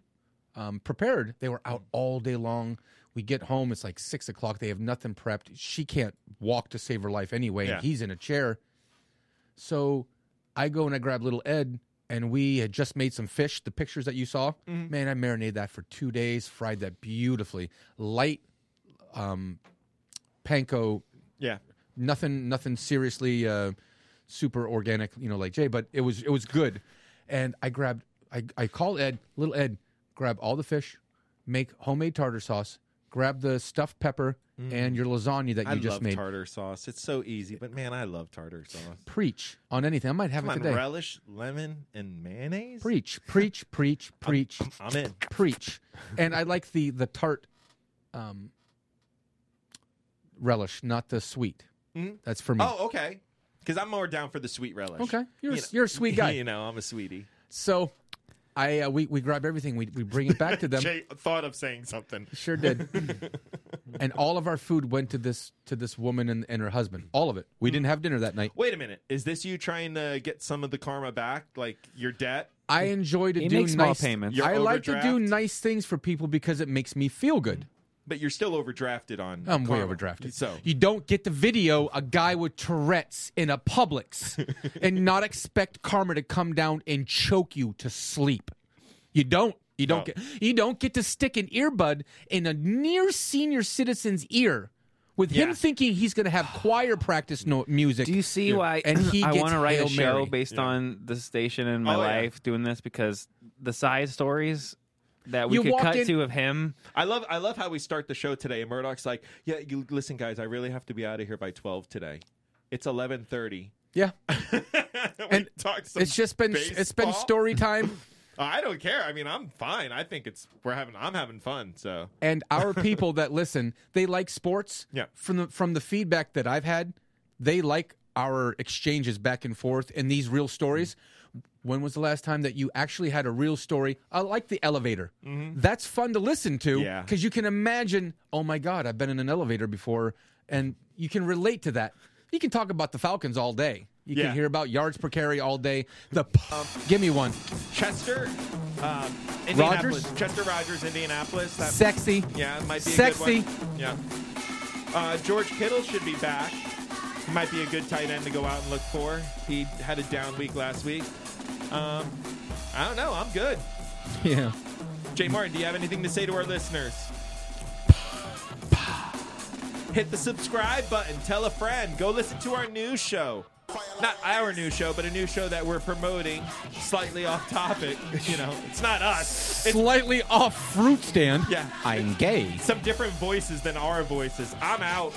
Speaker 2: um, prepared. They were out all day long. We get home. It's like six o'clock. They have nothing prepped. She can't walk to save her life anyway.
Speaker 1: Yeah.
Speaker 2: And he's in a chair. So I go and I grab little Ed, and we had just made some fish. The pictures that you saw,
Speaker 1: Mm-hmm.
Speaker 2: man, I marinated that for two days, fried that beautifully, light, um, panko,
Speaker 1: Yeah.
Speaker 2: nothing, nothing seriously uh, super organic, you know, like Jay, but it was it was good. And I grabbed, I I called Ed, little Ed, grab all the fish, make homemade tartar sauce, grab the stuffed pepper and your lasagna that you
Speaker 1: Mm. I
Speaker 2: just
Speaker 1: love
Speaker 2: made.
Speaker 1: tartar sauce. It's so easy, but man, I love tartar sauce.
Speaker 2: Preach on anything. I might have
Speaker 1: Come
Speaker 2: it
Speaker 1: on,
Speaker 2: today.
Speaker 1: relish, lemon, and mayonnaise.
Speaker 2: preach, preach, preach, preach,
Speaker 1: I'm in.
Speaker 2: preach. And I like the the tart um, relish, not the sweet. That's for me.
Speaker 1: Oh, okay. Because I'm more down for the sweet relish.
Speaker 2: okay. You're a-
Speaker 1: You know-
Speaker 2: you're a sweet guy.
Speaker 1: You know, I'm a sweetie.
Speaker 2: So, I uh, we we grab everything. We we bring it back to them.
Speaker 1: Jay thought of saying something.
Speaker 2: Sure did. and all of our food went to this to this woman and, and her husband. All of it.
Speaker 1: Mm-hmm.
Speaker 2: We didn't have dinner that night.
Speaker 1: Wait a minute. Is this you trying to get some of the karma back, like your debt?
Speaker 2: I enjoy to
Speaker 4: He
Speaker 2: do
Speaker 4: makes small
Speaker 2: nice.
Speaker 4: payments.
Speaker 1: Your
Speaker 2: I like to do
Speaker 1: overdraft?
Speaker 2: nice things for people because it makes me feel good.
Speaker 1: But you're still overdrafted on.
Speaker 2: I'm way
Speaker 1: karma.
Speaker 2: overdrafted.
Speaker 1: So
Speaker 2: you don't get to video a guy with Tourette's in a Publix and not expect karma to come down and choke you to sleep. You don't. You don't
Speaker 1: No.
Speaker 2: get. You don't get to stick an earbud in a near senior citizen's ear, with
Speaker 1: Yeah.
Speaker 2: him thinking he's going to have choir practice no- music.
Speaker 4: Do you see why
Speaker 2: And he
Speaker 4: I
Speaker 2: gets
Speaker 4: want to write
Speaker 2: Hail
Speaker 4: a show
Speaker 2: Mary.
Speaker 4: based on the station in my
Speaker 1: Oh, yeah.
Speaker 4: life doing this because the side stories that we
Speaker 2: You
Speaker 4: could
Speaker 2: walk
Speaker 4: cut
Speaker 2: in-
Speaker 4: to of him.
Speaker 1: I love I love how we start the show today. And Murdoch's like, "Yeah, you listen, guys. I really have to be out of here by twelve today. It's eleven thirty.
Speaker 2: Yeah,
Speaker 1: and talked some
Speaker 2: it's just been it's been
Speaker 1: baseball.
Speaker 2: story time,
Speaker 1: I don't care. I mean, I'm fine. I think it's we're having I'm having fun. So
Speaker 2: and our people that listen, they like sports.
Speaker 1: Yeah.
Speaker 2: From the from the feedback that I've had, they like our exchanges back and forth and these real stories. When was the last time that you actually had a real story? I like the elevator. That's fun to listen to
Speaker 1: Mm-hmm. Yeah.
Speaker 2: because you can imagine, oh my God, I've been in an elevator before, and you can relate to that. You can talk about the Falcons all day. You
Speaker 1: Yeah.
Speaker 2: can hear about yards per carry all day. The give me one.
Speaker 1: Chester, um, Indianapolis.
Speaker 2: Rogers?
Speaker 1: Chester Rogers, Indianapolis. That,
Speaker 2: Sexy.
Speaker 1: yeah, it might be a
Speaker 2: Sexy.
Speaker 1: good one. Yeah. Uh, George Kittle should be back. Might be a good tight end to go out and look for. He had a down week last week. Um, I don't know. I'm good.
Speaker 2: Yeah.
Speaker 1: Jay Martin, do you have anything to say to our listeners? Hit the subscribe button. Tell a friend. Go listen to our new show. Not our new show, but a new show that we're promoting. Slightly off topic. You know, it's not us. It's
Speaker 2: Slightly off fruit stand.
Speaker 1: Yeah.
Speaker 2: I'm gay.
Speaker 1: some different voices than our voices. I'm out.